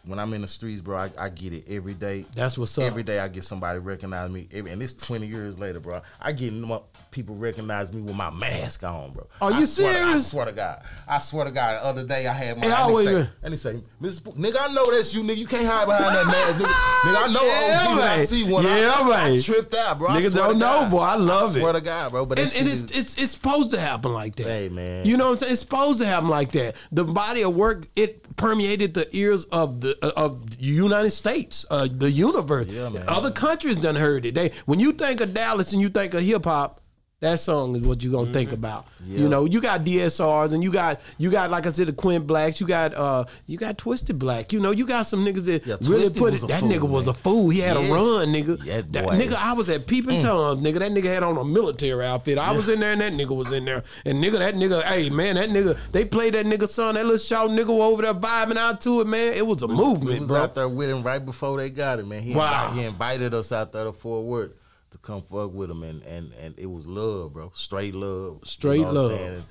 D: when I'm in the streets, bro, I, I get it every day.
B: That's what's up.
D: Every day I get somebody recognize me, every, and it's 20 years later, bro. I get them up- people recognize me with my mask on, bro.
B: Are
D: I
B: you
D: swear to-
B: serious?
D: I swear to God, I swear to God. The other day I had my
B: Hey, how
D: and,
B: old
D: they
B: you
D: say,
B: been?
D: and they say, Mrs. P- nigga, I know that's you, nigga. You can't hide behind that mask, nigga. nigga I know
B: Yeah,
D: yeah, OG when I
B: man.
D: see one. I-
B: Yeah,
D: I,
B: man.
D: tripped out, bro. I
B: Niggas
D: swear to
B: don't know,
D: God.
B: boy. I love
D: I swear
B: it.
D: to God, bro. But that
B: And,
D: shit
B: and
D: is-
B: it's, it's it's supposed to happen like that.
D: Hey, man.
B: You know what I'm saying? It's supposed to happen like that. The body of work it permeated the ears of the uh, of the United States, uh, the universe.
D: Yeah, man.
B: Other countries done heard it. They when you think of Dallas and you think of hip hop, that song is what you gonna think about. You
D: Mm-hmm. Yeah.
B: know, you got DSRs and you got you got like I said, the Quint Blacks. You got uh you got Twisted Black. You know, you got some niggas that
D: Yeah,
B: really
D: Twisted
B: put
D: was
B: it.
D: a
B: That
D: fool,
B: nigga was a
D: man.
B: fool. He had
D: Yes.
B: a run, nigga.
D: Yeah,
B: that
D: boy.
B: nigga, I was at peeping
D: Mm.
B: toms, nigga. That nigga had on a military outfit. I was in there, and that nigga was in there. And nigga, that nigga, hey man, that nigga, they played that nigga son, that little shout nigga over there vibing out to it, man. It was a
D: We
B: movement,
D: Mm. was
B: bro.
D: out there with him right before they got him, man. He,
B: Wow.
D: invite- he invited us out there to Fort Worth to come fuck with him, and and and it was love, bro. Straight love, You
B: Straight
D: know what I'm
B: love.
D: saying?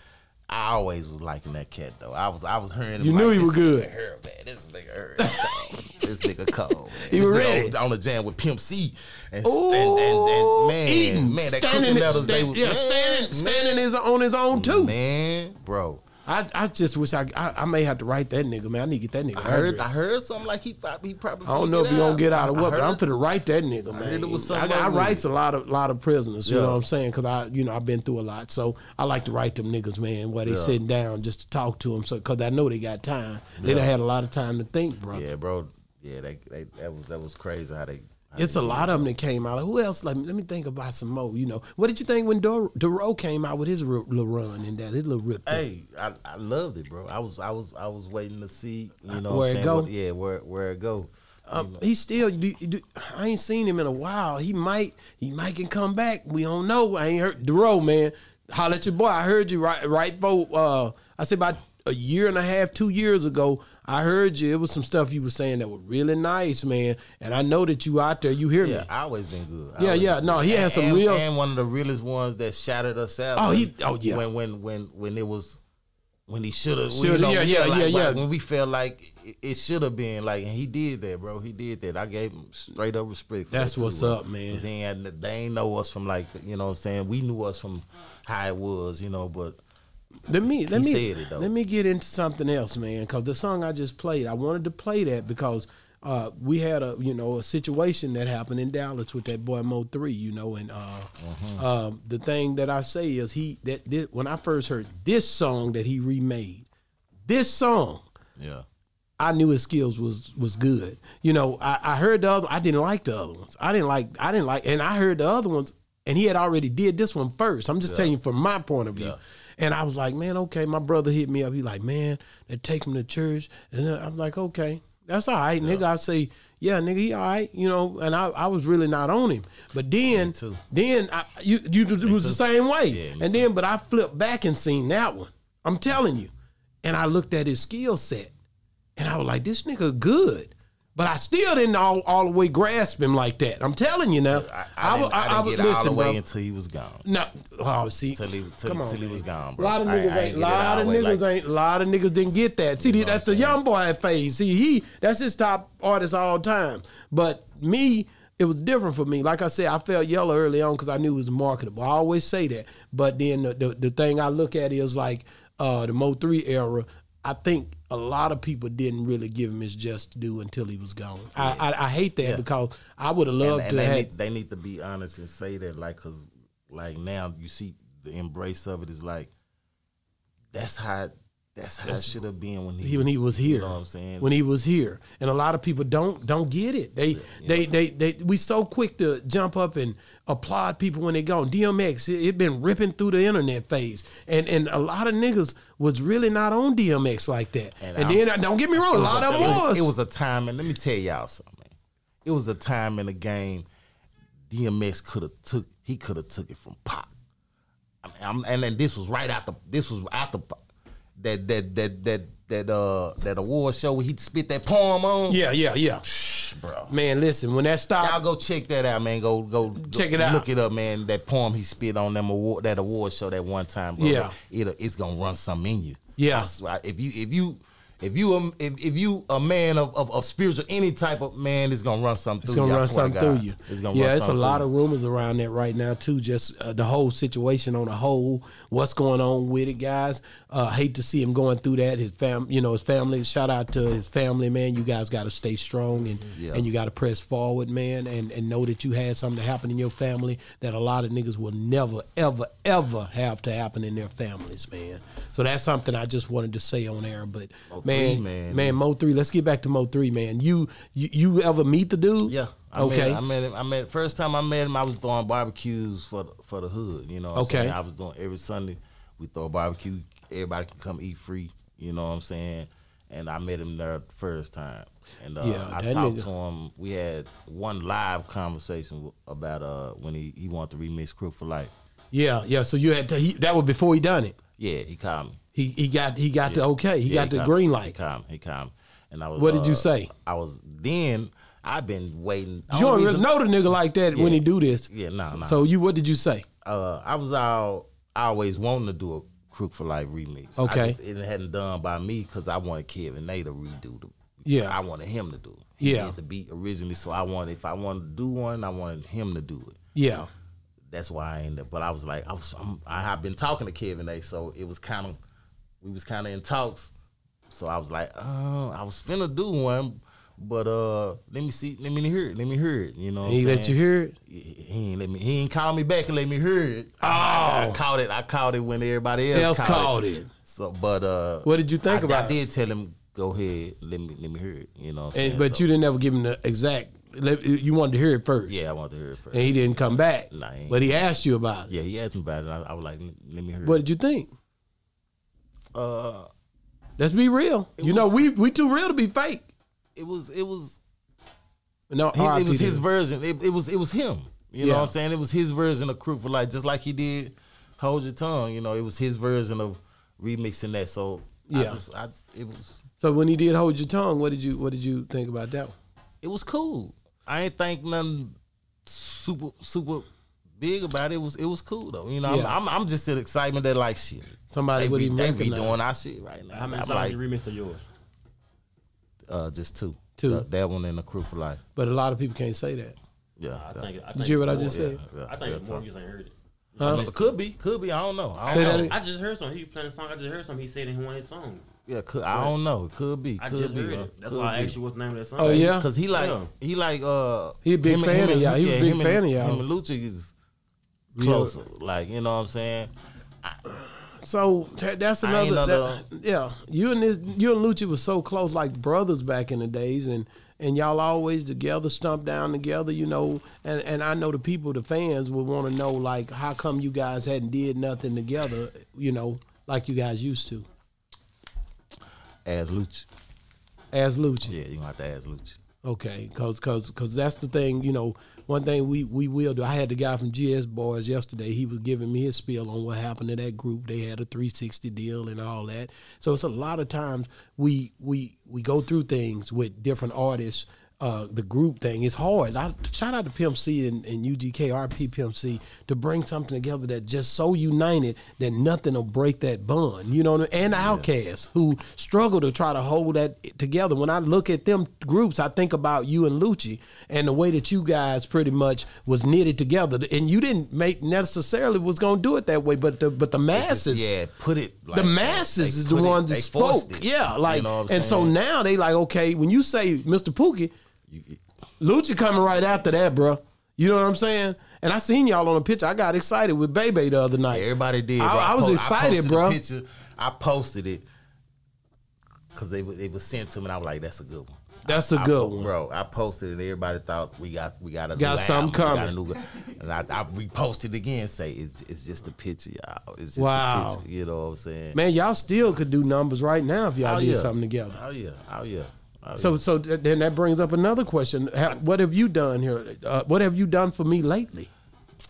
D: I always was liking that cat though. I was I was hearing him.
B: You
D: like,
B: knew he
D: this
B: was good.
D: Nigga her, man. This nigga her. this nigga cold. Man.
B: He
D: this
B: was
D: nigga
B: ready.
D: on- on the jam with Pimp C and,
B: Ooh,
D: and, and, and man,
B: eating,
D: man, that
B: standing,
D: cooking levels
B: sta-
D: they was
B: yeah,
D: man,
B: standing,
D: man,
B: standing is on his own too.
D: man, bro.
B: I, I just wish I, I, I may have to write that nigga, man. I need to get that nigga.
D: I heard I
B: address.
D: heard something like he probably he probably.
B: I don't know if he gonna get out or what, but
D: heard
B: I'm
D: it.
B: finna write that nigga, man. I,
D: heard it was something
B: I,
D: up with
B: writes a lot of lot of prisoners. You
D: Yeah.
B: know what I'm saying? Because I, you know, I've been through a lot, so I like to write them niggas, man. While they
D: Yeah.
B: sitting down just to talk to them, so because I know they got time. They done had a lot of time to think, bro.
D: Yeah, bro. Yeah, they, they, that was that was crazy how they. How
B: It's
D: they
B: a lot of them that came out. Who else? Like, let me think about some more. You know, what did you think when Dor- Duro came out with his r- little run and that his little rip? thing?
D: Hey, I, I loved it, bro. I was I was I was waiting to see you know what
B: Where
D: I'm
B: it
D: saying?
B: go?
D: What- yeah, where where it go?
B: Um, he still. Do, do, I ain't seen him in a while. He might. He might can come back. We don't know. I ain't heard Duro man. Holla at your boy. I heard you right. Right for. Uh, I said about a year and a half, two years ago. I heard you. It was some stuff you were saying that were really nice, man. And I know that you out there. You hear
D: Yeah,
B: me?
D: I always been good. I
B: Yeah,
D: always
B: yeah.
D: been
B: No,
D: good.
B: he had some
D: And-
B: real-
D: and one of the realest ones that shattered us out.
B: Oh,
D: when-
B: he- oh, yeah.
D: When when when when it was when he should have.
B: Shoulda, yeah, yeah, yeah, yeah.
D: When we felt like it, it should have been like, and he did that, bro. He did that. I gave him straight up respect. For
B: That's
D: that, too,
B: what's
D: bro.
B: up, man.
D: 'Cause They ain't, they ain't know us from like you know what I'm saying. We knew us from how it was, you know, but.
B: Let me let me
D: He said it, though.
B: let me get into something else, man. Because the song I just played, I wanted to play that because uh, we had a you know a situation that happened in Dallas with that boy Mo Three, you know, and uh,
D: Uh-huh.
B: um, the thing that I say is he that thi- when I first heard this song that he remade, this song
D: Yeah.
B: I knew his skills was was good. You know, I, I heard the other. I didn't like the other ones. I didn't like. I didn't like. And I heard the other ones, and he had already did this one first. I'm just telling you from my point of view. And I was like, man, okay. My brother hit me up. He like, man, they take him to church, and then I'm like, okay, that's all right, nigga. I say, yeah, nigga, he all right, you know. And I, I was really not on him, but then,
D: too.
B: then I, you, you it was the same way.
D: Yeah, me
B: and then, but I flipped back and seen that one. I'm telling you, and I looked at his skill set. And I was like, this nigga good. But I still didn't all, all the way grasp him like that. I'm telling you now.
D: I, I,
B: wa-
D: didn't, I, didn't
B: wa-
D: get all the way
B: bro.
D: until he was gone.
B: No, oh, see,
D: Till he, till,
B: come on,
D: till he
B: man.
D: was gone,
B: A
D: bro.
B: lot of
D: I- I
B: niggas
D: ain't
B: ain't.
D: get it
B: lot
D: all
B: of
D: the way
B: niggas
D: like-
B: ain't. lot of niggas didn't get that. See,
D: know
B: that's
D: what
B: the
D: I'm
B: young
D: saying?
B: boy phase. See, he that's his top artist all time. But me, it was different for me. Like I said, I felt yellow early on because I knew it was marketable. I always say that. But then the the, the thing I look at is like uh, the Mo three era. I think a lot of people didn't really give him his just due until he was gone. I, I I hate that because I would have loved
D: and,
B: to
D: and
B: have.
D: they, need, they need to be honest and say that, like, cause like now you see the embrace of it is like that's how that's how it should have been when he,
B: he, when he was here.
D: You know what I'm saying?
B: When he was here, and a lot of people don't don't get it. They they, they they we so quick to jump up and applaud people when they gone. DMX it, it been ripping through the internet phase, and and a lot of niggas was really not on DMX like that. And,
D: And I'm-
B: then don't get me wrong, a lot of them
D: it was,
B: was.
D: it was a time, and let me tell y'all something. Man. It was a time in the game. DMX could have took. He could have took it from Pop. I mean, I'm, and then this was right after. This was after Pop. that that that that that uh that award show where he spit that poem on.
B: yeah yeah yeah.
D: bro.
B: Man, listen, when that stopped,
D: Y'all go check that out, man. Go go go
B: Check it out.
D: Look it up, man. That poem he spit on them award that award show that one time, bro.
B: Yeah.
D: it it's gonna run something in you.
B: Yeah.
D: I swear, if you if you If you a, if, if you a man of, of, of spiritual any type of man, it's gonna run something
B: It's
D: through
B: gonna
D: you. I
B: run
D: swear to
B: something
D: God.
B: through you.
D: It's gonna
B: yeah,
D: run
B: it's a
D: something
B: lot
D: through
B: of
D: you.
B: rumors around that right now too. Just uh, the whole situation on the whole, what's going on with it, guys. Uh, hate to see him going through that. His fam, you know, his family. Shout out to his family, man. You guys got to stay strong and
D: Mm-hmm. Yeah.
B: and you got to press forward, man. And and know that you had something to happen in your family that a lot of niggas will never, ever, ever have to happen in their families, man. So that's something I just wanted to say on air. But
D: Mo
B: man,
D: three,
B: man,
D: man.
B: Mo three. Let's get back to Mo three, man. You you, you ever meet the dude?
D: Yeah. I
B: okay.
D: Met, I met him. I met first time I met him. I was throwing barbecues for the, for the hood. You know. What I'm
B: Okay.
D: saying? I was doing every Sunday. We throw a barbecue. Everybody can come eat free. You know what I'm saying? And I met him there the first time. And uh,
B: Yeah,
D: I
B: that
D: talked
B: nigga-
D: to him. We had one live conversation about uh, when he, he wanted to remix Crook for Life.
B: yeah, yeah. So you had to, he, that was before he done it.
D: Yeah, he called me.
B: He he got he got the okay. He
D: Yeah,
B: got the
D: called me.
B: green
D: He
B: light.
D: called me. He called me. And I was.
B: What did you
D: uh,
B: say?
D: I was then. I've been waiting.
B: You don't
D: Only
B: really
D: reason-
B: know the nigga like that when
D: Yeah.
B: he do this.
D: Yeah, nah, nah.
B: So you what did you say?
D: uh, I was all I always wanting to do a Crook for Life remix.
B: Okay.
D: I just, it hadn't done by me because I wanted Kevin Nay to redo the.
B: Yeah.
D: I wanted him to do. it. He
B: Yeah.
D: did the beat originally, so I wanted if I wanted to do one, I wanted him to do it.
B: Yeah.
D: That's why I ended up. But I was like, I was, I'm, I have been talking to Kevin A, so it was kind of, we was kind of in talks. So I was like, uh, I was finna do one, but uh, let me see, let me hear it, let me hear it. You know, what
B: he
D: I'm
B: let
D: saying?
B: you hear it.
D: he he ain't let me. He ain't call me back and let me hear it. Oh, I, I caught it. I caught it when everybody else,
B: Else called
D: called
B: it.
D: So, but uh,
B: What did you think
D: I,
B: about
D: I
B: it?
D: did tell him go ahead. Let me let me hear it. You know. What I'm
B: And,
D: saying?
B: but
D: So,
B: you didn't ever give him the exact. let- You wanted to hear it first.
D: yeah, I wanted to hear it first.
B: And he didn't come back.
D: Nah, he ain't.
B: but he asked you about it.
D: yeah, he asked me about it. I, I was like, let me hear
B: What
D: it.
B: did you think?
D: Uh,
B: Let's be real. You know
D: was-
B: we we too real to be fake.
D: it was it was
B: No,
D: he, it
B: RIP
D: was his
B: then.
D: version. It, it was it was him. You know
B: Yeah.
D: what I'm saying? It was his version of Crook for Life, just like he did Hold Your Tongue. You know, it was his version of remixing that. So I
B: Yeah.
D: just, I, it was.
B: So when he did hold your tongue, what did you what did you think about that? One?
D: it was cool. I ain't think nothing super super big about it. it was it was cool though. You know,
B: Yeah.
D: I'm, I'm I'm just in excitement that like shit.
B: Somebody
D: They
B: would
D: be,
B: even
D: they be
B: recognize.
D: doing our shit right now.
C: How many
D: I'm
C: songs
D: like
C: you remixed of yours?
D: uh, just two,
B: Two.
D: The- that one and the crew for life.
B: But a lot of people can't say that.
D: Yeah,
C: I
D: yeah.
C: think. I think
B: Did you hear what I
C: it's
B: just
C: more-
B: said?
D: oh, yeah,
C: I
D: yeah,
C: think it's more
D: talk.
C: you ain't heard it.
B: Huh?
C: I
D: It could be, could be. I don't know.
B: Say
D: I don't
B: that
D: know.
B: again.
C: I just heard something. He was playing a song. I just heard something. He said in one of his songs.
D: Yeah, could, I don't know. It could be.
C: I
D: could
C: just
D: be,
C: heard
D: uh,
C: it. That's
D: could
C: why I
D: be.
C: asked you what's the name of that song.
B: Oh, yeah?
D: Cause he like
C: Yeah.
D: he like uh
B: He a big
D: him and-
B: fan
D: him
B: of
D: and-
B: y'all. He was a
D: yeah,
B: big
D: him
B: fan
D: and,
B: of y'all.
D: Him and Lucci is
B: You know-
D: closer. Like you know what I'm saying.
B: So that, that's
D: I ain't
B: another.
D: know
B: that- yeah, you and this, you and Lucci was so close, like brothers back in the days, and and y'all always together, stump down together, you know. And and I know the people, the fans would want to know, like, how come you guys hadn't did nothing together, you know, like you guys used to.
D: As Lucci.
B: As Lucci,
D: Yeah, you gonna have to ask Lucci.
B: Okay, cause, cause, cause that's the thing. You know, one thing we we will do. I had the guy from GS Boys yesterday. He was giving me his spiel on what happened to that group. They had a 360 deal and all that. So it's a lot of times we we we go through things with different artists. Uh, the group thing It's hard. I shout out to Pimp C and, and UGKRP Pimp C to bring something together that just so united that nothing will break that bond. You know, what I mean? and Outkast who struggle to try to hold that together. When I look at them groups, I think about you and Lucci and the way that you guys pretty much was knitted together. And you didn't make necessarily was going to do it that way, but the but the
D: It's
B: masses,
D: just- yeah, put it. Like,
B: the masses
D: they
B: is the
D: put it-
B: ones that
D: they forced
B: spoke.
D: it.
B: Yeah, like
D: You know what I'm
B: and so
D: saying?
B: now they like okay when you say Mr. Pookie, Lucci coming right after that, bro. You know what I'm saying? And I seen y'all on a picture. I got excited with Bebe the other night.
D: everybody did.
B: I,
D: bro.
B: I was
D: po-
B: excited,
D: posted the
B: bro.
D: picture. I posted it because they wa- it was sent to me, and I was like, "That's a good one."
B: That's a
D: I
B: good
D: po-
B: one.
D: bro. I posted it. and Everybody thought we got we got a
B: Got
D: new
B: something
D: album, we got a new- and I, I reposted again. Say it's it's just a picture, y'all. It's just
B: Wow.
D: a picture. You know what I'm saying?
B: Man, y'all still could do numbers right now if y'all
D: Oh,
B: did
D: yeah.
B: something together.
D: Oh yeah, oh yeah. Oh,
B: So, so th- then that brings up another question: How, What have you done here? Uh, what have you done for me lately?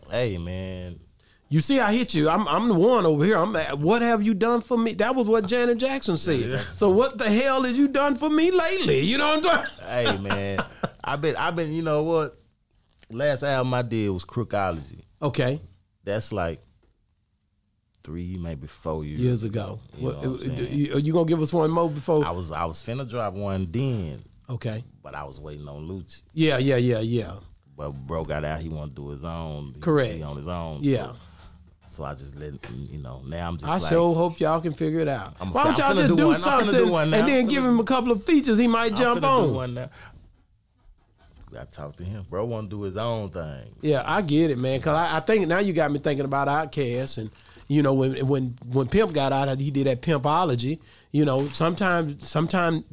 D: yeah. hey man,
B: You see, I hit you. I'm I'm the one over here. I'm. at- What have you done for me? That was what Janet Jackson said. So what the hell have you done for me lately? You know what I'm talking?
D: hey man, I've been I've been you know what? Last album I did was Crookology.
B: Okay.
D: That's like three, maybe four years,
B: years ago.
D: You
B: What- uh,
D: know what I'm saying?
B: you, are you gonna give us one more before?
D: I was I was finna drop one then,
B: okay.
D: but I was waiting on Lucci.
B: Yeah, yeah, yeah, yeah.
D: But bro got out. He want to do his own. He-
B: Correct.
D: He on his own.
B: Yeah.
D: So, so I just let him, you know. Now I'm just
B: I
D: like,
B: sure hope y'all can figure it out.
D: I'm
B: Why don't
D: finna-
B: y'all
D: I'm finna
B: just do,
D: do one. I'm finna
B: something
D: do one now.
B: and then
D: I'm
B: give
D: finna-
B: him a couple of features? He might
D: I'm
B: jump
D: finna do
B: on.
D: one now. I talked to him. Bro want to do his own thing.
B: Yeah, I get it, man. Cause I, I think now you got me thinking about Outkast, and you know when when when Pimp got out, he did that pimpology. You know, sometimes sometimes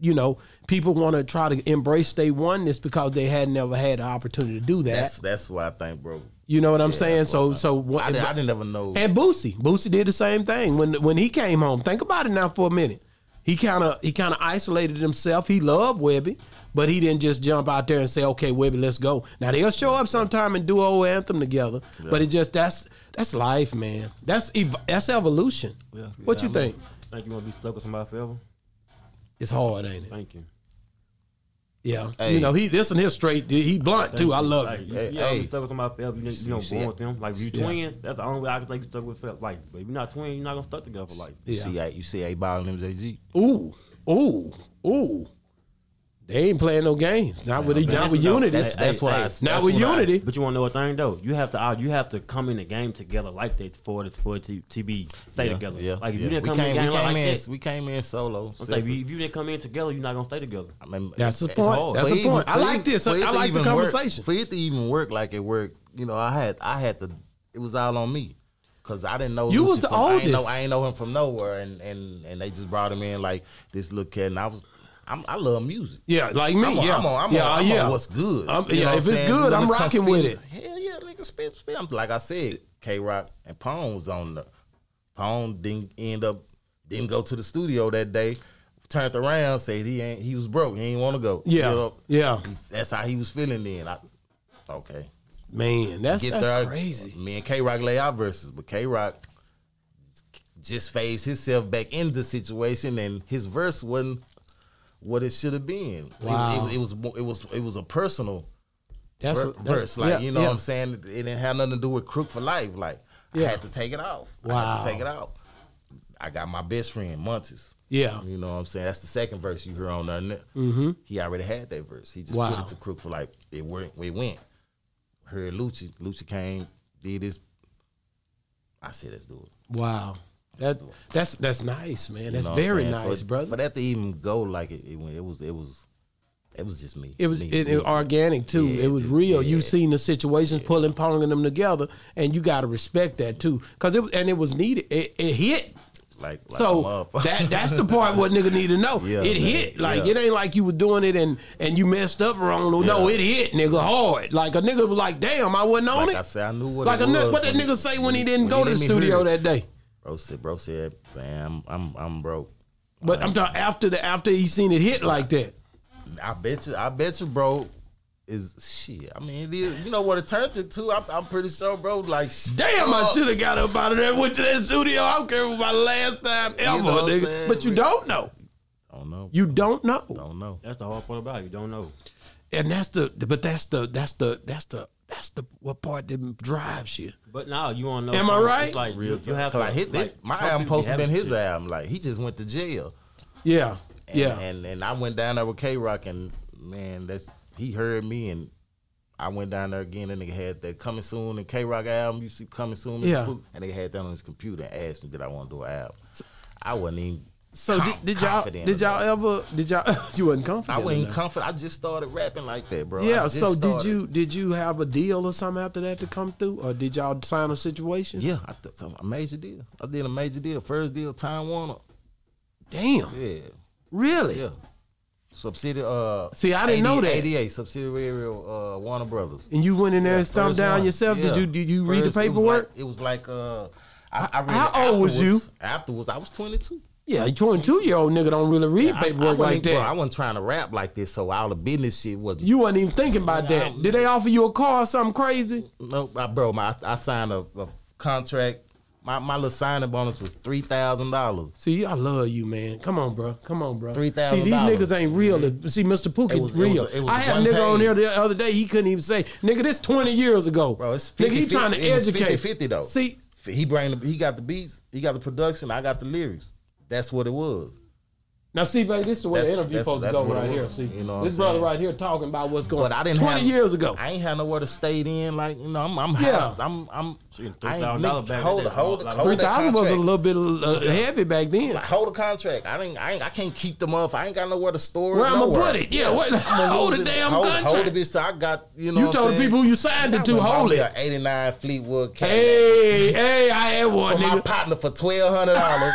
B: you know people want to try to embrace their oneness because they had never had the opportunity to do that.
D: That's that's what I think, bro.
B: you know what I'm
D: Yeah,
B: saying?
D: that's
B: So
D: what
B: so
D: I,
B: what,
D: didn't, I didn't ever know.
B: and Boosie, Boosie did the same thing when when he came home. Think about it now for a minute. He kind of he kind of isolated himself. He loved Webby, but he didn't just jump out there and say, "Okay, Webby, let's go." Now they'll show up sometime and do an old anthem together, but it just that's that's life, man. That's ev- that's evolution.
D: Yeah,
B: what
D: yeah,
B: you
D: I
B: think?
C: Think you want to be stuck with somebody forever?
B: It's hard, ain't it?
C: Thank you.
B: Yeah, you
D: Hey.
B: know he this and his straight. He blunt too. I love
C: like,
B: it.
C: You,
D: Hey,
C: you ever
D: hey.
C: be stuck with somebody forever? You, know- you know,
D: See
C: born
D: it.
C: with them. Like, if you
B: Yeah.
C: twins, that's the only way I can think you stuck with forever. Like, but if you're not twins, you're not gonna stuck together for life.
D: You see,
B: Yeah.
D: I, you see, a ball and MJG.
B: Ooh, ooh, ooh. They ain't playing no games. Not with not with unity.
D: That's, that's what I.
C: Hey,
D: That's
B: Not
D: what
B: with
D: I-
B: unity.
C: But you want to know a thing though? You have to uh, you have to come in the game together like that for it for it to, to be stay
D: Yeah,
C: together.
D: Yeah,
C: like if
D: yeah.
C: you didn't
D: we
C: come in
D: came,
C: the game
D: we came
C: like
D: in,
C: that,
D: We came in solo.
C: I'm saying, if you- if you didn't come in together, you're not gonna stay together.
D: I mean,
B: That's the
D: it's
B: point.
D: hard.
B: That's
D: For
B: the
D: it even-
B: point. I
D: for
B: like
D: it-
B: this.
D: for
B: I-
D: it
B: I
D: to
B: like the
D: even work-
B: conversation.
D: for it to even work like it worked, you know, I had I had to. It was all on me because I didn't know.
B: You
D: Lucci
B: was the
D: from, I ain't know,
B: oldest.
D: I ain't know him from nowhere, and and and they just brought him in like this little cat, and I was. I'm, I love music.
B: Yeah, like me.
D: I'm on,
B: yeah,
D: I'm on, I'm
B: yeah,
D: on, I'm
B: yeah.
D: on what's good.
B: I'm-
D: You know
B: yeah,
D: what
B: if it's
D: saying?
B: good,
D: When
B: I'm
D: it comes
B: rocking with it.
D: spit- Hell yeah, nigga, spit, spit. I'm, like I said, K Rock and Pone was on the. Pone didn't end up, didn't go to the studio that day. Turned around, said he ain't, he was broke, he ain't want to go.
B: Yeah,
D: Get up.
B: yeah.
D: That's how he was feeling then. I, okay,
B: Man, that's
D: get
B: that's
D: there.
B: crazy.
D: Me and K Rock lay out verses, but K Rock just phased himself back into the situation, and his verse wasn't what it should have been. It-
B: Wow.
D: It, it was mo- it was it was a personal
B: That's
D: ver-
B: that-
D: verse, like
B: yeah,
D: you know
B: yeah.
D: what I'm saying. It didn't have nothing to do with crook for life. Like
B: Yeah.
D: I had to take it off. I
B: Wow.
D: had to take it out. I got my best friend Montes.
B: Yeah.
D: You know what I'm saying? That's the second verse you hear on there. Mm-hmm. He already had that verse. He just put
B: Wow.
D: it to Crook for like it went it went. Heard Lucci. Lucci came, did this. I said let's do it.
B: Wow, that that's that's nice, man. That's
D: You know what I'm
B: very
D: saying? So
B: nice,
D: it-
B: brother.
D: For that to even go like it, it, went- it was it was it was just me.
B: it was
D: Me,
B: it,
D: me.
B: it organic too.
D: Yeah,
B: it was
D: just-
B: real. You
D: yeah.
B: seen the situations pulling, pulling them together, and you got to respect that too, because it was and it was needed. It, it hit.
D: like, like a
B: so
D: motherfucker.
B: that that's the part what nigga need to know.
D: Yeah,
B: it
D: man.
B: hit like
D: Yeah.
B: it ain't like you were doing it and and you messed up wrong. No, no,
D: Yeah.
B: it hit nigga hard. Like a nigga was like, damn, I wasn't on
D: Like
B: it.
D: I said, I knew what
B: like
D: it
B: a nigga,
D: was
B: what that
D: when-
B: nigga say when he
D: when-
B: didn't
D: when
B: go
D: he
B: to the
D: didn't even
B: studio
D: hear
B: that
D: it.
B: day.
D: Bro said, bro said, man, I'm I'm I'm broke.
B: But I'm talking after the after he seen it hit like that.
D: I bet you, I bet you, bro. Is shit. I mean, it is. You know what it turned into? I'm, I'm pretty sure, bro. Like, sh-
B: Damn, I
D: fuck.
B: should have got up out of there. Went to that studio. I don't care if it was my last time ever,
D: know what I'm
B: nigga.
D: saying?
B: But you
D: We-
B: don't know.
D: Don't know.
B: You don't know.
D: don't know.
C: That's the hard part about it. You don't know.
B: And that's the but that's the that's the that's the that's the what part that drives you.
C: But now you don't know.
B: Am I
C: So
B: right?
C: It's like
D: Real
C: you, you have to.
D: like, hit that.
C: like,
D: my
C: some
D: album
C: people be
D: supposed to been
C: having
D: his
C: shit.
D: album. Like, he just went to jail.
B: Yeah.
D: And,
B: yeah.
D: And and I went down there with K Rock, and man, that's he heard me, and I went down there again. And they had that coming soon and K Rock album. You see coming soon. Mr.
B: Yeah.
D: Pooh, And they had that on his computer and asked me, did I want to do an album? I wasn't even.
B: so
D: com-
B: did, did y'all
D: confident
B: did
D: enough.
B: y'all ever did y'all you wasn't
D: I
B: confident?
D: wasn't
B: enough.
D: confident. I just started rapping like that, bro. I
B: Yeah,
D: just
B: so did
D: started.
B: you did you have a deal or something after that to come through? Or did y'all sign a situation?
D: Yeah, I th- a major deal. I did a major deal. First deal, Time Warner.
B: Damn.
D: Yeah,
B: Really?
D: yeah. Subsidiary. Uh,
B: See, I didn't know that.
D: ADA subsidiary of uh, Warner Brothers.
B: And you went in there
D: Yeah,
B: and stomped
D: first
B: down
D: one.
B: yourself?
D: Yeah.
B: Did you did you read the
D: First, it was
B: paperwork?
D: like- It was like, uh, I, I read
B: How
D: it
B: old was you?
D: afterwards. Afterwards, I was twenty two.
B: Yeah, a 22 year old nigga don't really read
D: I, I
B: paperwork
D: wasn't
B: like
D: even- bro, I
B: that.
D: wasn't trying to rap like this, so all the business shit was.
B: you wasn't even thinking about
D: Yeah,
B: that.
D: I'm-
B: Did they offer you a car or something crazy?
D: No, my bro, my I signed a, a contract. My my little signing bonus was three thousand dollars.
B: See, I love you, man. Come on, bro. Come on, bro.
D: $3,000. Mm-hmm.
B: See, these niggas ain't real. See, Mr. Pookie
D: It was- it was-
B: real.
D: it was
B: I had a
D: one
B: nigga on
D: page.
B: here the other day. He couldn't even say, nigga, this 20 years ago.
D: Bro, it's
B: nigga, he
D: 50,
B: trying to
D: it was
B: educate.
D: 50, though.
B: See,
D: He bring the, he got the beats, he got the production, I got the lyrics. That's what it was.
B: Now see, baby, this is the way the
D: That's-
B: interview
D: that's-
B: supposed to
D: that's
B: go
D: what it
B: right here.
D: was.
B: See,
D: You know what
B: this
D: I'm
B: brother
D: saying?
B: right here talking about what's going.
D: But I didn't
B: twenty
D: have,
B: years ago.
D: I ain't had nowhere to stay in. Like you know, I'm I'm
B: Yeah.
D: housed. I'm I'm.
C: She getting
D: I ain't-
C: $3,000 back
D: Hold
C: at
D: it,
C: that
D: hold it,
C: moment.
D: hold
B: Three
D: it.
B: thousand was a little bit uh, heavy back then.
D: Like, hold a contract. I ain't, I ain't, I can't keep them off. I ain't got nowhere to store. it,
B: Where I'ma
D: nowhere.
B: put it? Yeah, where-
D: I'ma
B: hold
D: lose
B: the
D: it.
B: damn
D: hold, Hold
B: contract.
D: the bitch. till I got you know.
B: you
D: what I'm
B: told the
D: saying?
B: people who you signed it
D: I
B: to
D: went and bought
B: hold
D: me
B: it.
D: a '89 Fleetwood Cadillac
B: Hey, hey, I had one
D: from my
B: nigga.
D: partner for twelve hundred dollars,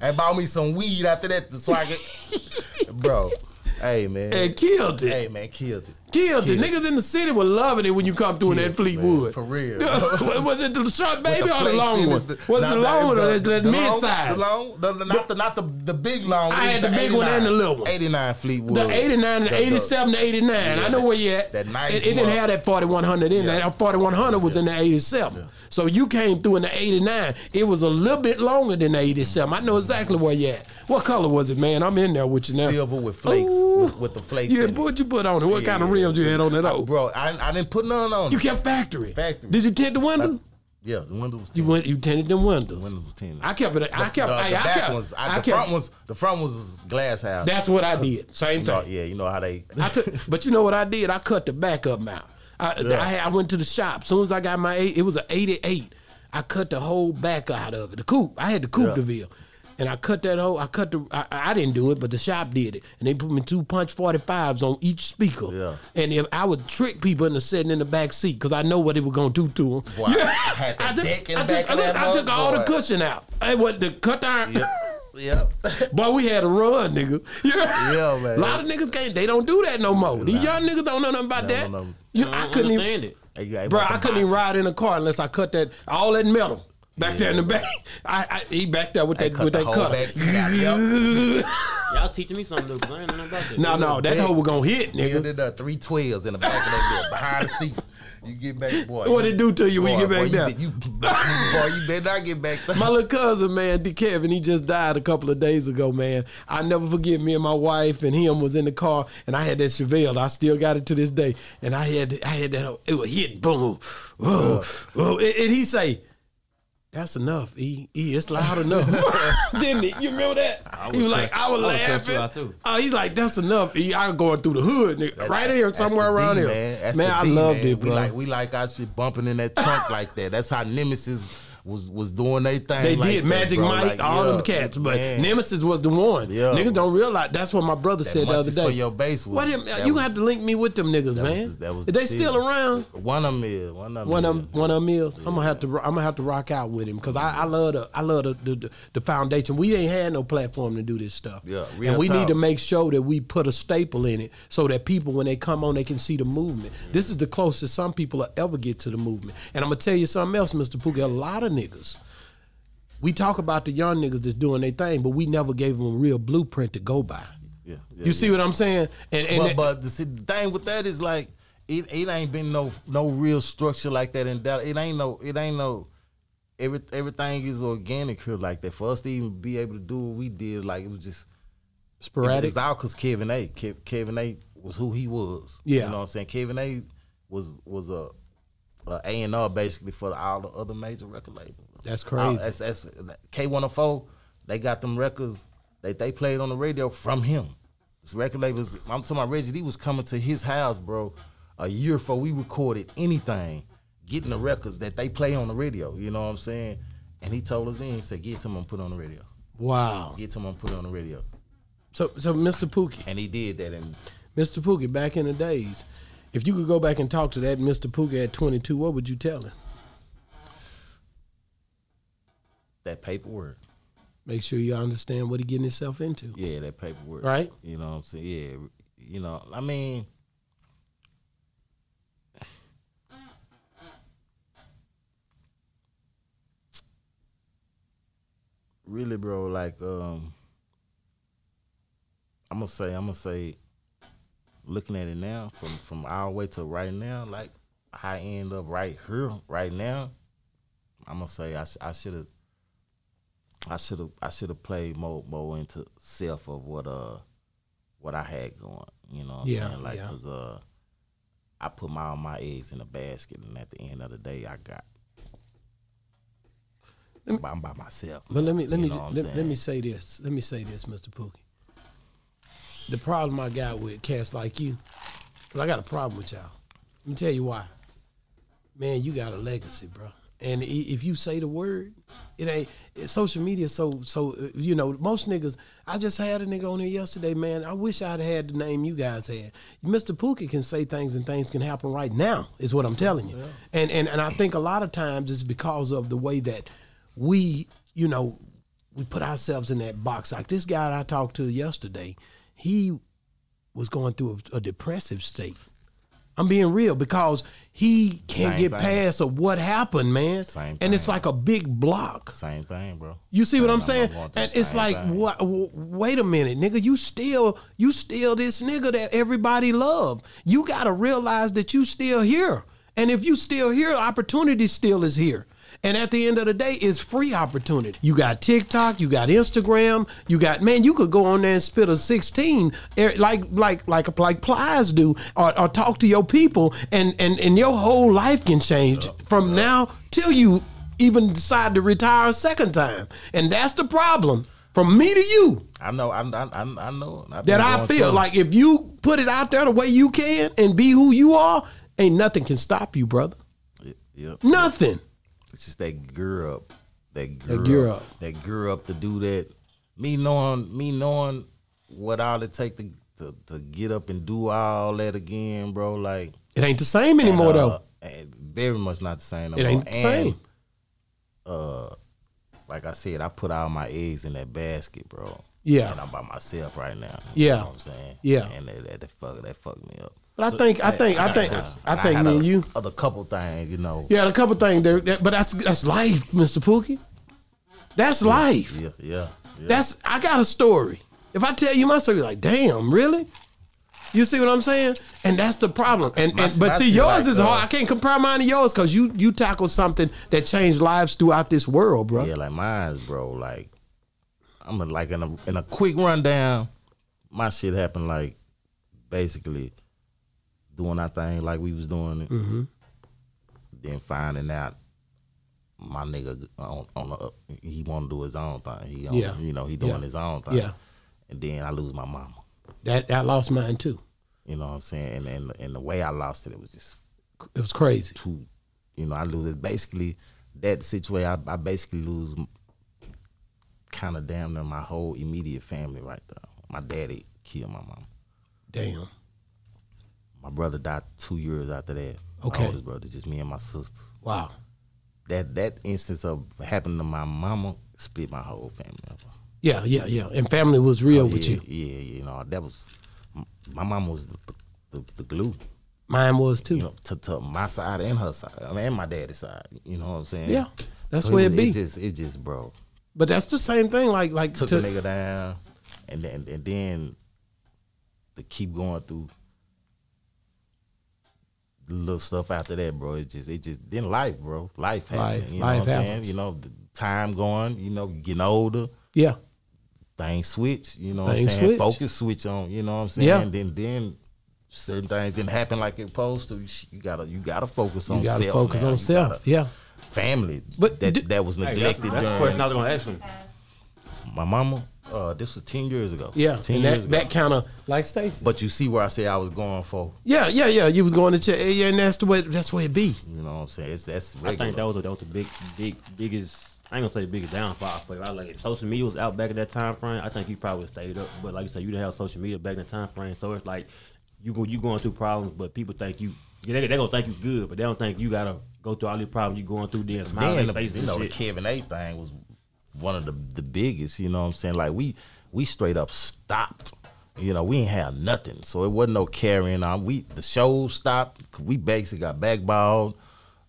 D: and bought me some weed after that so I could, bro. Hey man,
B: and killed it.
D: hey man, killed it.
B: Killed it.
D: Killed it.
B: Niggas in the city were loving it when you come through in that Fleetwood.
D: man, for real.
B: was it the short
D: With
B: baby or the
D: flakes
B: long
D: in
B: one?
D: it.
B: Was it
D: Nah,
B: the long one or the, mid
D: long-
B: size?
D: The long, the, the, not the not the the big long.
B: I
D: it was
B: had the big one
D: 89.
B: and the little one.
D: Eighty nine Fleetwood.
B: The 89, the
D: The- the-
B: 87, the 89. I know where you at.
D: that nice
B: it, it didn't
D: one.
B: have that 4100 in
D: Yeah.
B: there. That 4100 was in the 87. So you came through in the 89. It was a little bit longer than the 87. I know exactly where you at. What color was it, man? I'm in there with you now.
D: Silver with flakes,
B: Ooh.
D: with, with the flakes.
B: Yeah,
D: in it.
B: what you put on it? What
D: Yeah,
B: kind of
D: yeah,
B: rims you had on it? Oh,
D: Bro, I, I didn't put none on.
B: you
D: it.
B: kept factory.
D: Factory.
B: Did you tint the window?
D: Yeah, the window was.
B: You
D: tinted.
B: went. You tinted them windows.
D: Windows was tinted.
B: I kept it. I kept.
D: The,
B: I,
D: the
B: I
D: back
B: kept.
D: ones, I,
B: I
D: the
B: kept.
D: front was the front was- was glass house.
B: That's what I did. Same
D: you know,
B: thing.
D: yeah, you know how they.
B: I took, but you know what I did? I cut the back up out. I, I, had- I went to the shop. soon as I got my eight, it was an 88. I cut the whole back out of it. The coupe. I had the coupe DeVille. And I cut that whole, I cut the, I, I didn't do it, but the shop did it. And they put me two punch 45s on each speaker.
D: Yeah.
B: And if I would trick people into sitting in the back seat because I know what they were going to do to them.
D: Wow. I had the
B: I took,
D: dick in
B: I
D: the back
B: took, I
D: of
B: look,
D: that
B: I took all the
D: motherboard.
B: cushion out. I what the cut iron.
D: Yep. Yep.
B: Boy, we had a run, nigga. Yeah,
D: Yeah, man.
B: A lot of niggas can't. They don't do that no more. These young niggas don't know nothing about
D: They
B: that.
D: don't know nothing.
B: You,
C: I,
B: I
C: don't
B: couldn't even,
C: understand it.
D: Hey, you ain't
B: bro.
D: want the
B: I couldn't even
D: boxes.
B: ride in a car unless I cut that all that metal back there in the back. I, I he back there with
D: They
B: that
D: cut
B: with
D: the
B: that
D: whole back
B: cutter.
D: seat out. Yep.
C: Y'all teaching me something new because I ain't know nothing about this.
B: No, no, that
D: Big.
B: hoe was gonna hit,
D: They
B: nigga.
D: did uh, three twelves in the back of that bill, behind the seats. You get back, boy.
B: What it do to you when you
D: boy,
B: get
D: boy,
B: back
D: You, be- you, boy, you better not get back. there.
B: My little cousin, man, D. Kevin, he just died a couple of days ago, man. I never forget. Me and my wife and him was in the car, and I had that Chevelle. I still got it to this day, and I had I had that. It was hit, boom, whoa, whoa. And, and he say, "That's enough. E, e it's loud enough." Didn't it? You remember that? He was like,
C: cuss-
B: "I was
C: I would cuss you out,
B: laughing."
C: too.
B: Uh, he's like, "That's enough." E, I'm going through the hood, nigga, right here,
D: That's the
B: somewhere around
D: D,
B: here.
D: Man,
B: Man,
D: That's the
B: I
D: D,
B: loved
D: man.
B: it, bro.
D: We like we like our shit bumping in that trunk like that. That's how Nemesis was was doing their thing.
B: They
D: like
B: did
D: that,
B: Magic
D: bro.
B: Mike,
D: Like,
B: all
D: yeah,
B: them cats, but
D: man,
B: Nemesis was the one.
D: Yeah.
B: Niggas don't realize. That's what my brother said the
D: much
B: other
D: is
B: day.
D: for your base was-
B: what am-
D: that
B: you
D: was-
B: gonna have to link me with them niggas,
D: was
B: man.
D: the- that was
B: Is
D: the
B: they still
D: season.
B: around?
D: one of them is one of them.
B: One of
D: is.
B: them, one of them is. I'm gonna have to. I'm gonna have to rock out with him because I, I love the. I love the, the, the, the foundation. We ain't had no platform to do this stuff.
D: Yeah, real
B: and we need
D: talk.
B: to make sure that we put a staple in it so that people, when they come on, they can see the movement. This is the closest some people will ever get to the movement. And I'm gonna tell you something else, Mr. Pookie. A lot of niggas. We talk about the young niggas that's doing their thing, but we never gave them a real blueprint to go by.
D: Yeah, yeah,
B: you see what I'm saying? And, and
D: but,
B: that-
D: but the, see, the thing with that is like it, it ain't been no no real structure like that in Dallas. It ain't no it ain't no every everything is organic here like that. For us to even be able to do what we did, like it was just
B: sporadic.
D: It was all because Kevin A. Kev, Kevin A. was who he was.
B: Yeah.
D: you know what I'm saying. Kevin A. was was a A and R basically for all the other major record labels.
B: That's
D: All-
B: crazy.
D: that's, that's K104. They got them records that they played on the radio from him. This record labels. I'm talking about Reggie D was coming to his house, bro, a year before we recorded anything, getting the records that they play on the radio. You know what I'm saying? And he told us then, he said, "Get to him and put it on the radio.
B: wow.
D: Get to him and put it on the radio."
B: So, so Mr. Pookie.
D: And he did that, and
B: Mr. Pookie, back in the days, if you could go back and talk to that Mr. Pookie at 22, what would you tell him?
D: that paperwork.
B: Make sure you understand what he getting himself into.
D: Yeah, that paperwork.
B: Right.
D: You know what I'm saying? Yeah. You know, I mean Really, bro, like um I'm gonna say I'm gonna say looking at it now from from our way to right now, like high end of right here right now, I'm gonna say I sh- I should have I should have I should have played more more into self of what uh what I had going. You know what I'm
B: Yeah,
D: saying? Like
B: yeah.
D: because uh I put my all my eggs in a basket, and at the end of the day, I got I'm by, I'm by myself.
B: But let me let
D: You
B: me
D: know
B: ju-
D: what I'm
B: let, let
D: saying?
B: me say this. Let me say this, Mr. Pookie. The problem I got with cats like you, 'cause I got a problem with y'all. Let me tell you why. Man, you got a legacy, bro. And i- if you say the word, it ain't it- social media. So so uh, you know most niggas. I just had a nigga on here yesterday, man. I wish I'd had the name you guys had. Mr. Pookie can say things and things can happen right now. Is what I'm telling you. And and and I think a lot of times it's because of the way that we you know we put ourselves in that box. Like this guy I talked to yesterday, he was going through a, a depressive state. I'm being real because he can't
D: Same
B: get
D: thing.
B: past of what happened, man.
D: Same
B: and it's
D: thing.
B: like a big block.
D: Same thing, bro.
B: You see what
D: Same,
B: I'm saying?
D: going through
B: And
D: the
B: it's
D: same
B: like,
D: thing.
B: what, w- wait a minute, nigga. You still, you still this nigga that everybody love. You gotta realize that you still here, and if you still here, opportunity still is here. And at the end of the day, it's free opportunity. You got TikTok, you got Instagram, you got man. You could go on there and spit a sixteen, eh, like like like like Plies do, or, or talk to your people, and and and your whole life can change from now till you even decide to retire a second time. And that's the problem from me to you
D: I know. I, I, I I know. I've been
B: that I
D: going
B: feel.
D: through.
B: Like if you put it out there the way you can and be who you are, ain't nothing can stop you, brother.
D: Yep, yep.
B: Nothing.
D: It's just that gear up. That gear,
B: gear
D: up,
B: up.
D: That gear up to do that. Me knowing me knowing what all it take to, to to get up and do all that again, bro. Like
B: It ain't the same anymore
D: and, uh,
B: though.
D: and very much not the same. No
B: It
D: more.
B: ain't the
D: And,
B: same.
D: Uh, like I said, I put all my eggs in that basket, bro.
B: Yeah.
D: and I'm by myself right now.
B: Yeah.
D: you know what I'm saying.
B: Yeah.
D: and that, that, that fuck that fucked me up.
B: But I think I think I think I
D: And
B: think
D: had
B: me
D: a-
B: and you.
D: other couple things, you know.
B: Yeah, a couple things there, that- but that's that's life, Mr. Pookie. That's life.
D: yeah, yeah. yeah.
B: That's I got a story. If I tell you my story, you're like, damn, really? You see what I'm saying? And that's the problem. And,
D: My-
B: and but
D: my
B: see,
D: shit
B: yours
D: like,
B: is
D: uh,
B: hard. I can't compare mine to yours because you you tackle something that changed lives throughout this world, bro.
D: Yeah, like mine's, bro. Like I'm a, like in a in a quick rundown. My shit happened like basically doing our thing like we was doing it.
B: Mm-hmm.
D: Then finding out my nigga on on the, up- he want to do his own thing. He on,
B: Yeah.
D: you know he doing
B: Yeah.
D: his own thing.
B: Yeah.
D: And then I lose my mama.
B: That I lost mine too.
D: You know what I'm saying? And and and the way I lost it, it was just
B: It was crazy.
D: too. You know, I lose basically that situation. I, I basically lose kind of damn near my whole immediate family right there. My daddy killed my mom.
B: Damn.
D: My brother died two years after that.
B: Okay.
D: my oldest brother, just me and my sisters.
B: Wow.
D: That that instance of happening to my mama split my whole family up.
B: Yeah, yeah, yeah. And family was real with
D: Oh, yeah,
B: you.
D: yeah, you know that was my mom was the, the, the glue.
B: Mine was too.
D: you know, to, to my side and her side, I mean, and my daddy's side. You know what I'm saying?
B: Yeah, that's
D: it
B: where it
D: was-
B: be.
D: It just, it just, bro,
B: But that's the same thing. Like like
D: took
B: to-
D: the nigga down, and then and then to keep going through the little stuff after that, bro. It just, it just then life, bro. Life happening.
B: Life-
D: you know
B: life
D: what I'm saying?
B: happens.
D: You know, the time going. You know, getting older.
B: yeah.
D: Things switch. You know what I'm
B: Things
D: saying?
B: switch.
D: Focus switch on. You know what I'm saying?
B: Yeah.
D: And then then. Certain things didn't happen like it supposed to. You sh- You gotta, you gotta focus on
B: You gotta
D: self.
B: focus
D: now.
B: on
D: You
B: self.
D: gotta-
B: yeah.
D: family
B: But
D: that,
B: d-
D: that was
C: Hey, that's,
D: neglected
C: that's the
D: during
C: question I was gonna ask him.
D: my mama. Uh, this was ten years ago.
B: Yeah.
D: ten
B: and
D: years
B: that,
D: ago.
B: that kind of like Stacy.
D: but you see where I say I was going for.
B: Yeah, yeah, yeah. You was going to check, yeah, and that's the way. That's where it be.
D: You know what I'm saying? It's that's
C: I
D: regular.
C: think that was, that was the big, big, biggest. I ain't gonna say the biggest downfall, but I like if social media was out back at that time frame, I think you probably stayed up. But like you said, you didn't have social media back in that time frame, so it's like you go you going through problems, but people think you yeah, they they gonna think you good, but they don't think you gotta go through all these problems you going through. Then smile
D: then
C: in their
D: the,
C: face
D: you
C: and
D: know the
C: shit.
D: Kevin A thing was one of the the biggest. You know what I'm saying? Like we we straight up stopped. You know we ain't have nothing, so it wasn't no carrying on. We the show stopped. We basically got backballed.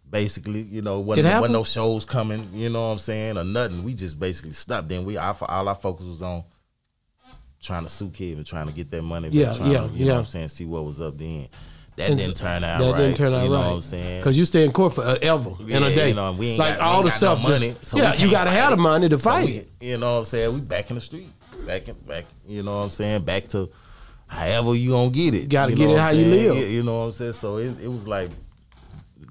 D: Basically, you know,
B: It
D: wasn't, wasn't
B: happened.
D: no shows coming. You know what I'm saying or nothing. We just basically stopped. Then we our, all our focus was on trying to sue Kevin, trying to get that money. back,
B: Yeah,
D: trying
B: yeah,
D: to, You know
B: yeah.
D: what I'm saying? See what was up then. That
B: And
D: didn't
B: so-
D: turn out
B: that
D: right.
B: didn't turn out
D: you know
B: right.
D: What I'm saying
B: Cause you stay in court forever in a
D: Yeah,
B: day.
D: you know, we ain't
B: like
D: got- we
B: all
D: ain't
B: the
D: got
B: stuff.
D: no
B: just-
D: money, so we
B: yeah, you
D: can't
B: gotta
D: fight
B: have the
D: it.
B: money to
D: So
B: fight
D: we-
B: it.
D: You know what I'm saying? We back in the street. Back in back you know what I'm saying? Back to however you gonna get it.
B: Gotta
D: You
B: get
D: know
B: it
D: what
B: how
D: I'm
B: you
D: saying?
B: live.
D: Yeah, You know what I'm saying? So it, it was like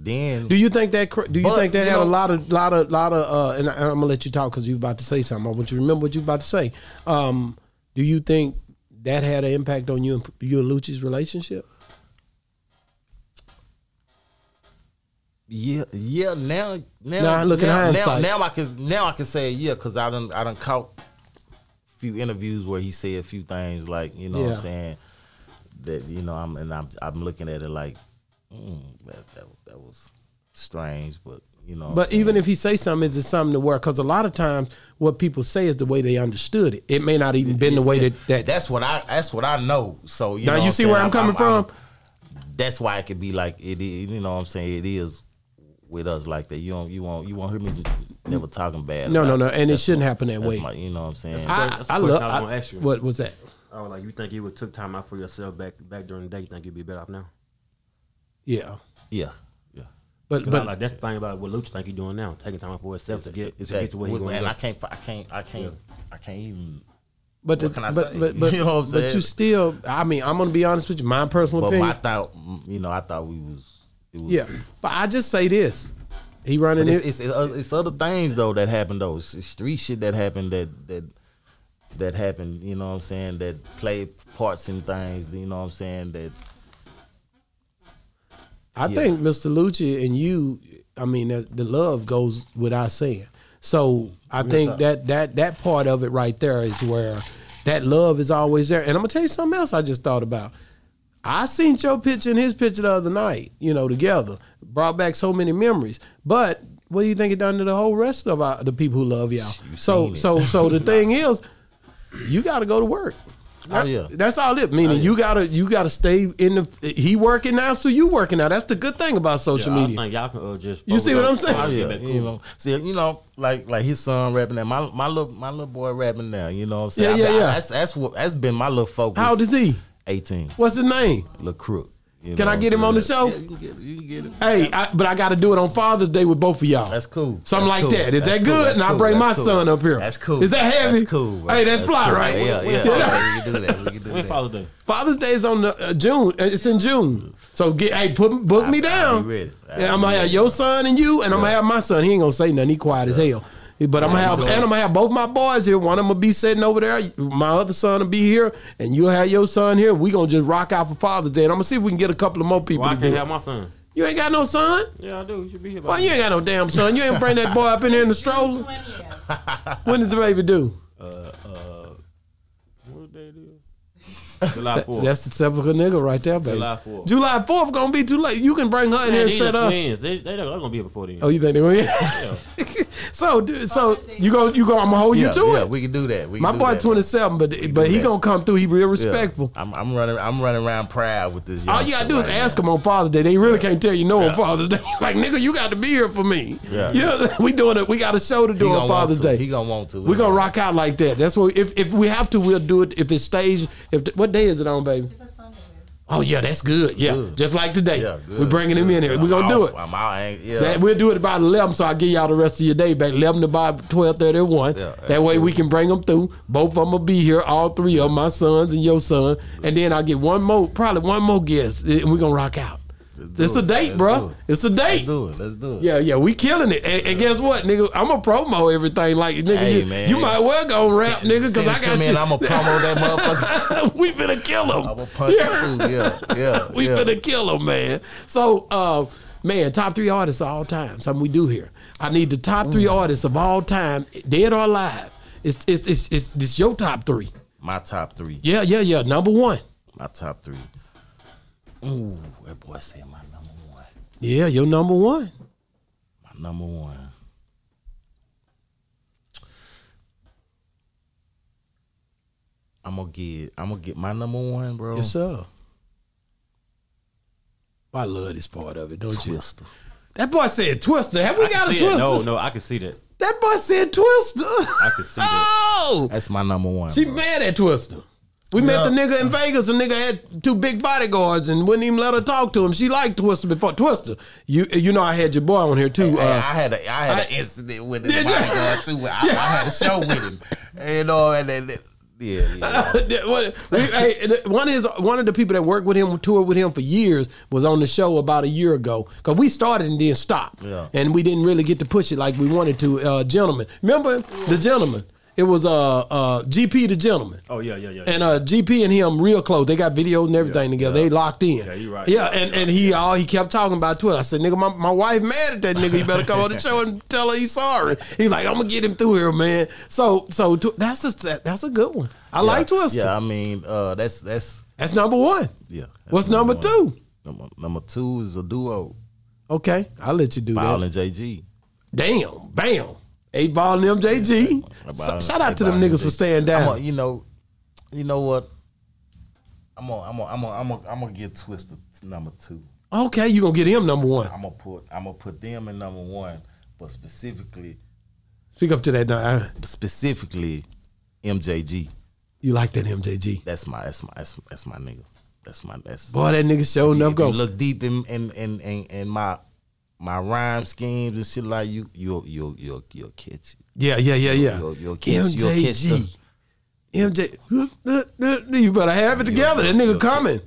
D: then
B: Do you think that? cr- Do you
D: But,
B: think that
D: you
B: had a
D: know-
B: lot of, lot of, lot of? Uh, and I, am gonna let you talk because you about to say something. I want you to remember what you about to say. Um, do you think that had an impact on you and you and Lucci's relationship?
D: Yeah, yeah. Now, now,
B: Nah, look, in
D: now, now,
B: hindsight.
D: now I can now I can say yeah because I done I done caught few interviews where he said a few things like you know what
B: Yeah.
D: I'm saying that you know I'm and I'm I'm looking at it like mm, that, that that was strange, but you know. what
B: But
D: I'm saying?
B: even if he say something, is it something to where? Because a lot of times, what people say is the way they understood it. It may not even been the way that that.
D: that's what I that's what I know. So you
B: now
D: know
B: you
D: what
B: see
D: saying?
B: where I'm coming from.
D: that's why it could be like it is. You know what I'm saying? It is with us like that. You don't you won't you won't hear me never talking bad.
B: no, no,
D: about
B: no, and it
D: that's
B: shouldn't
D: my-
B: happen that
D: that's
B: way.
D: my- you know what I'm saying?
B: I,
C: That's the
B: I
C: question I
B: love.
C: was gonna
B: I-
C: ask you.
B: What was that?
C: Oh, like you think you would took time out for yourself back back during the day? You think you'd be better off now?
B: Yeah,
D: Yeah, yeah.
B: but
C: But
B: but
C: like that's the thing about what Luch think he doing now, taking time out for himself to get to
D: E-, Exactly.
C: get to where he's going.
D: and I
C: to
D: can't, fi- I can't, I can't, I can't even.
B: But
D: What
B: the-
D: can I
B: but,
D: say?
B: But, but,
D: You know what I'm
B: but
D: saying?
B: you still, I mean, I'm gonna be honest with you. My personal
D: But
B: opinion,
D: I thought, mm, you know, I thought we was. It was
B: yeah. But I just say this: he running
D: But
B: it.
D: it's, it's, it's, other- it's other things though that happened though. It's, it's street shit that happened that that that happened. You know what I'm saying? That played parts in things. You know what I'm saying? That
B: I
D: yeah.
B: think Mr. Lucci and you, I mean, the, the love goes without saying. So I think that that that part of it right there is where that love is always there. And I'm gonna tell you something else I just thought about. I seen your picture and his picture the other night, you know, together. Brought back so many memories. But what do you think it done to the whole rest of our, the people who love y'all?
D: You
B: So
D: seen it.
B: so so the thing is, you got to go to work.
D: Oh, yeah.
B: that's all it. Meaning you gotta you gotta stay in the. He working now, so you working now. That's the good thing about social
C: yeah, I
B: media.
C: think y'all can uh, just.
B: You see what I'm
D: oh,
B: saying?
D: yeah, you know. See, you know, like like his son rapping now. My my little my little boy rapping now. You know what I'm saying?
B: Yeah, yeah,
D: I- I-
B: yeah.
D: That's that's what that's been my little focus.
B: How old is he?
D: 18?
B: What's his name?
D: Little crook. You
B: Can
D: know
B: I
D: what
B: get
D: I'm
B: him on the
D: saying?
B: show?
D: Yeah, you can get, you can get him.
B: Hey, I, but I got to do it on Father's Day with both of y'all.
D: That's cool.
B: Something like
D: That's cool.
B: that. Is that
D: That's cool.
B: good?
D: That's
B: and I
D: cool.
B: bring my
D: That's cool.
B: son up here.
D: That's cool.
B: Is that heavy?
D: That's cool. Bro.
B: Hey, that's, fly,
D: cool.
B: right?
D: Yeah, yeah. yeah. we can do that. We can do
C: When
D: that.
C: Father's Day?
B: Father's Day is on the, uh, June. uh, It's in June. So get hey, put book me
D: I'll be
B: down.
D: ready. I'll
B: Yeah,
D: be
B: I'm gonna have
D: ready.
B: your son and you, and I'm gonna have my son. He ain't gonna say nothing. He quiet as hell. But I'm gonna have
D: doing
B: and
D: it.
B: I'm gonna have both my boys here. One of them will be sitting over there. My other son will be here, and you'll have your son here. We gonna just rock out for Father's Day, and I'm gonna see if we can get a couple of more people.
C: Why I
B: to
C: can't
B: do it.
C: have my son?
B: You ain't got no son.
C: Yeah, I do. You should be here. By
B: Why you ain't got no damn son? You ain't bring that boy up in here in the stroller. When does the baby do?
C: What day it is? July fourth.
B: That's the typical nigga right there, baby.
C: July 4th.
B: July 4th gonna be too late. You can bring her in here
C: Man,
B: and
C: these
B: set
C: are
B: up.
C: twins. They, they, they're gonna be here before then.
B: Oh, you think they win? so, dude, so you go, you go. I'm gonna hold
D: Yeah,
B: you to
D: yeah,
B: it.
D: we can do that. We can
B: My
D: do
B: boy,
D: that.
B: 27, but but he
D: that.
B: gonna come through. He real
D: Yeah.
B: respectful.
D: I'm, I'm running. I'm running around proud with this.
B: All you gotta do is ask him on Father's Day. They really can't tell you no on Father's Day. Like nigga, you got to be here for me.
D: Yeah.
B: you know, we doing it. We got a show to do on Father's Day.
D: He gonna want to.
B: we gonna rock out like that. That's what if, if we have to, we'll do it. If it's staged, if what day is it on, baby?
E: It's a Sunday.
B: Oh yeah, that's good. Yeah,
D: Good.
B: just like today.
D: Yeah, good,
B: We're bringing him in here. We gonna do it.
D: I'm out. I ain't- Yeah.
B: That, we'll do it about 11, so I'll give y'all the rest of your day back. 11 to by 12, 31.
D: Yeah,
B: that way we can bring them through. Both of them will be here, all three of 'em, my sons and your son. And then I'll get one more, probably one more guest, and we're going to rock out.
D: do
B: It's a
D: it.
B: date,
D: Let's do
B: bro.
D: it.
B: It's a
D: Let's
B: date.
D: do it. Let's do it.
B: Yeah, yeah, we killing it. And, and guess what, nigga? I'm going to promo everything. Like, nigga,
D: Hey,
B: you,
D: man.
B: you might well go rap,
D: Send-
B: nigga, because
D: send it
B: I
D: to
B: got
D: me
B: you.
D: And I'm gonna promo that motherfucker.
B: we finna kill him.
D: I'm gonna punch it too. Yeah, yeah.
B: we
D: yeah.
B: finna kill him, man. So, uh, man, top three artists of all time. Something we do here. I need the top three artists of all time, dead or alive. It's it's it's it's, it's your top three.
D: My top three.
B: Yeah, yeah, yeah. Number one.
D: My top three. Ooh, that boy said my number one.
B: Yeah, your number one.
D: My number one. I'm gonna get. I'm gonna get my number one, bro.
B: Yes, sir. I love this part of it, don't you?
D: Twister.
B: That boy said Twister. Have we
C: I can
B: got a
C: see
B: Twister?
C: it. No, no, I can see that.
B: That boy said Twister.
C: I can see that.
B: oh,
D: That's my number one.
B: she
D: bro.
B: mad at Twister. We met the nigga in Vegas. A nigga had two big bodyguards and wouldn't even let her talk to him. She liked Twister before Twister. You you know I had your boy on here too.
D: Hey,
B: uh,
D: I had a I had
B: I-
D: an incident with
B: Did
D: him.
B: you?
D: bodyguard too. I, I had a show with him. And, You know, and then the- Yeah, yeah.
B: That- what- we- hey, the- one is one of the people that worked with him, toured with him for years, was on the show about a year ago because we started and then stopped,
D: Yeah.
B: and we didn't really get to push it like we wanted to. Uh, gentlemen, remember the gentleman? It was uh, uh, GP the gentleman.
C: Oh yeah, yeah, yeah.
B: And uh, GP and him real close. They got videos and everything
C: Yeah,
B: together. They locked in.
C: Yeah, you right,
B: Yeah,
C: you
B: and,
C: right,
B: and he all he kept talking about Twitter. I said, nigga, my, my wife mad at that nigga. You better come on the show and tell her he's sorry. He's like, I'm gonna get him through here, man. So so tw- that's a that's a good one. I like Twister.
D: Yeah, I mean, uh, that's that's
B: That's number one.
D: yeah. that's
B: What's number
D: one.
B: two?
D: Number, number two is a duo,
B: Okay, I'll let you do
D: Ball
B: that.
D: and JG.
B: Damn, bam, eight ball and MJG. So,
D: About-
B: shout out to
D: about
B: them niggas for
D: this.
B: staying down.
D: I'ma- you know, you know what? I'm gonna, I'm gonna, I'm gonna, I'm gonna, I'm gonna get twisted to number two.
B: okay, you gonna get him number one.
D: I'm gonna put, I'm gonna put them in number one, but specifically,
B: Speak up to that. uh, Now.
D: specifically, MJG.
B: You like that MJG?
D: That's my, that's my, that's, that's my nigga. That's my, that's.
B: Boy, that nigga showed enough
D: if you
B: go.
D: look deep in in, in, in in my my rhyme schemes and shit like you, you'll you'll you'll you'll catch it.
B: Yeah, yeah, yeah, yeah.
D: You'll- you'll catch- you'll catch the-
B: MJ, you better have it together. That nigga coming.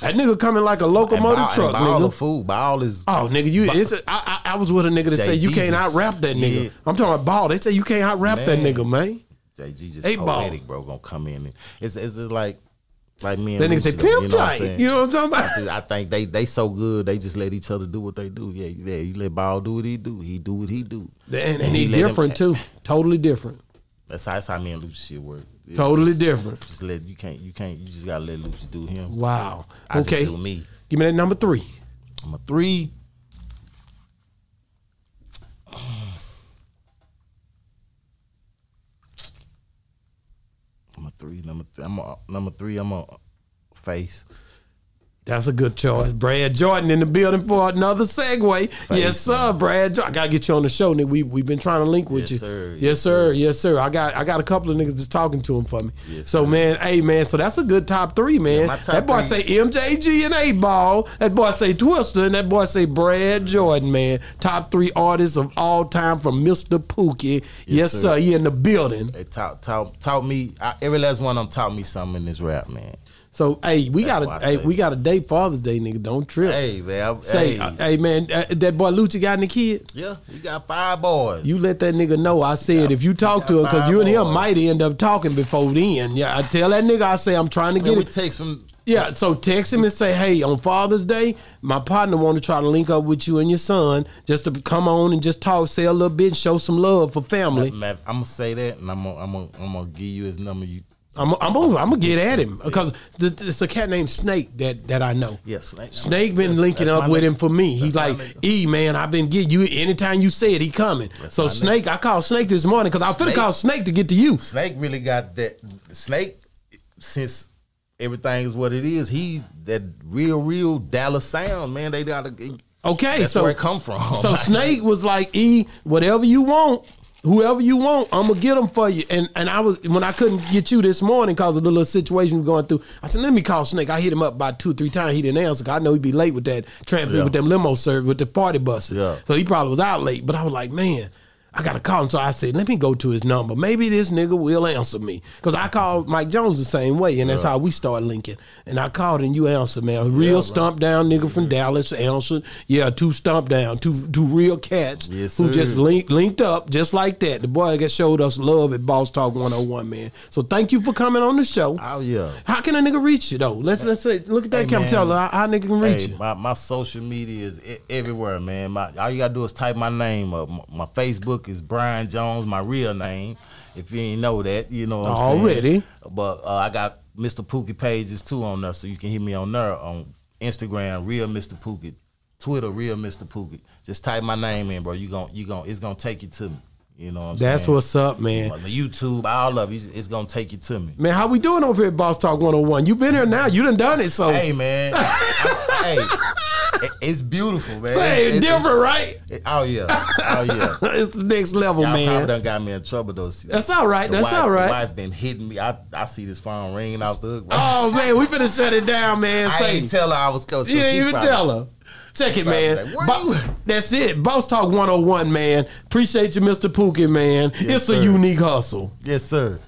B: That nigga coming like a locomotive
D: Ball-
B: truck,
D: Ball a
B: nigga.
D: fool. Ball is
B: Oh, nigga, you. It's a, I, I, I was with a nigga that said you
D: JG
B: can't out
D: just-
B: rap that nigga.
D: yeah.
B: I'm talking about ball. They say you can't out rap that
D: Man.
B: nigga, man.
D: JG just
B: Eight ball.
D: poetic, bro. Gonna come in and it's it's just like like me and
B: That nigga say
D: Lucci, though,
B: pimp
D: what I'm
B: tight.
D: saying?
B: You know what I'm
D: I
B: talking
D: just-
B: about?
D: I think they they so good they just let each other do what they do. Yeah, yeah. You let Ball do what he do. He do what he do.
B: And, and
D: he
B: he
D: let him-
B: different too. Totally different.
D: That's how, that's how me and Lucci shit work. It
B: Totally
D: just-
B: different.
D: Just let you can't you can't you just gotta let Lucci do him.
B: Wow.
D: I just
B: Okay.
D: do me.
B: Give me that number three.
D: Number three. Number three, number th- I'm a, number three. I'm a face.
B: That's a good choice. Brad Jordan in the building for another segue. yes, sir, Brad. Jo- I gotta get you on the show, nigga. We we've been trying to link with
D: Yes,
B: you.
D: sir.
B: Yes,
D: Yes,
B: sir. Yes, sir. I got I got a couple of niggas just talking to him for me.
D: Yes,
B: so
D: sir.
B: man, hey man, so that's a good top three, man.
D: my top
B: that boy
D: three-
B: say MJG and Eight Ball. That boy say Twister, and that boy say Brad Jordan, man. Top three artists of all time from Mr. Pookie. Yes,
D: sir.
B: sir. He in the building.
D: They taught taught taught me. I, every last one of them taught me something in this rap, man.
B: So hey, we
D: That's why
B: got
D: I
B: a hey,
D: say
B: we
D: that.
B: got a date Father's Day, nigga. Don't trip.
D: Hey, man. I-
B: Say,
D: hey,
B: uh, hey man, uh, that boy Lucci got in the kid.
D: yeah, we got five boys.
B: You let that nigga know. I said if you talk to him, because you and him might end up talking before then. Yeah, I tell that nigga. I say I'm trying to
D: man,
B: get
D: we
B: it.
D: take some.
B: Yeah, so text him and say, hey, on Father's Day, my partner want to try to link up with you and your son just to come on and just talk, say a little bit, and show some love for family.
D: I'm gonna say that, and I'm gonna I'm gonna I'm gonna give you his number. You
B: I'm I'm gonna I'm gonna get at him because th- th- it's a cat named Snake that that I know.
D: Yeah, Snake.
B: Snake been linking
D: That's
B: up
D: my
B: with
D: nigga.
B: him for me. He's like,
D: That's my nigga.
B: E man, I've been getting you. Anytime you say it, he coming. so
D: my nigga.
B: Snake, I called Snake this morning because I was finna
D: Snake.
B: call Snake to get to you.
D: Snake really got that. Snake, since everything is what it is, he's that real, real Dallas sound man. They got to.
B: Okay,
D: that's
B: so
D: where it come from.
B: So Snake was like, E, whatever you want, whoever you want, I'm gonna get them for you. And and I was when I couldn't get you this morning because of the little situation we were going through. I said, let me call Snake. I hit him up about two, three times. He didn't answer. 'cause I know he'd be late with that tramping
D: Yeah.
B: with them limo service with the party buses.
D: Yeah.
B: So he probably was out late. But I was like, man. I gotta call him, so I said, "Let me go to his number. Maybe this nigga will answer me." Cause I called Mike Jones the same way, and that's how we started linking. And I called, and you answered, man. Real stump down nigga from Dallas answered. Yeah, two stump down, two two real cats
D: Yes,
B: who
D: sir.
B: just linked linked up just like that. The boy that showed us love at Boss Talk 101, man. So thank you for coming on the show.
D: Oh yeah.
B: How can a nigga reach you though? Let's let's say look at that
D: Hey,
B: camera.
D: man.
B: Tell her how, how nigga can reach
D: Hey,
B: you.
D: my, my social media is e- everywhere, man. My all you gotta do is type my name up. My, my Facebook is Brian Jones, my real name. If you ain't know that, you know what I'm saying?
B: Already.
D: But uh, I got Mr. Pookie pages too on there, so you can hit me on there on Instagram, real Mr. Pookie, Twitter, real Mr. Pookie. Just type my name in, bro. You gon' you gon' it's gonna take you to me. You know what I'm
B: That's
D: saying?
B: what's up, man.
D: On the YouTube, all of it, it's- it's gonna take you to me.
B: Man, how we doing over here at Boss Talk 101? You been here now. You done done it. So
D: Hey man, I- I- hey, it- it's beautiful, man.
B: say
D: It's- it's-
B: different, right?
D: It- Oh yeah, oh yeah.
B: it's the next level,
D: Y'all probably
B: man.
D: done got me in trouble though. See,
B: That's all right.
D: the
B: That's
D: wife,
B: all right.
D: The wife been hitting me. I, I see this phone ringing out the hook.
B: Oh man, we finna shut it down, man.
D: I
B: Say,
D: ain't tell her I was coaching.
B: you didn't even tell her. Check it, man.
D: like, where
B: Bo-
D: you-
B: that's it. Boss oh Talk 101, man. Appreciate you, Mr. Pookie, man. it's
D: sir.
B: a unique hustle.
D: Yes, sir.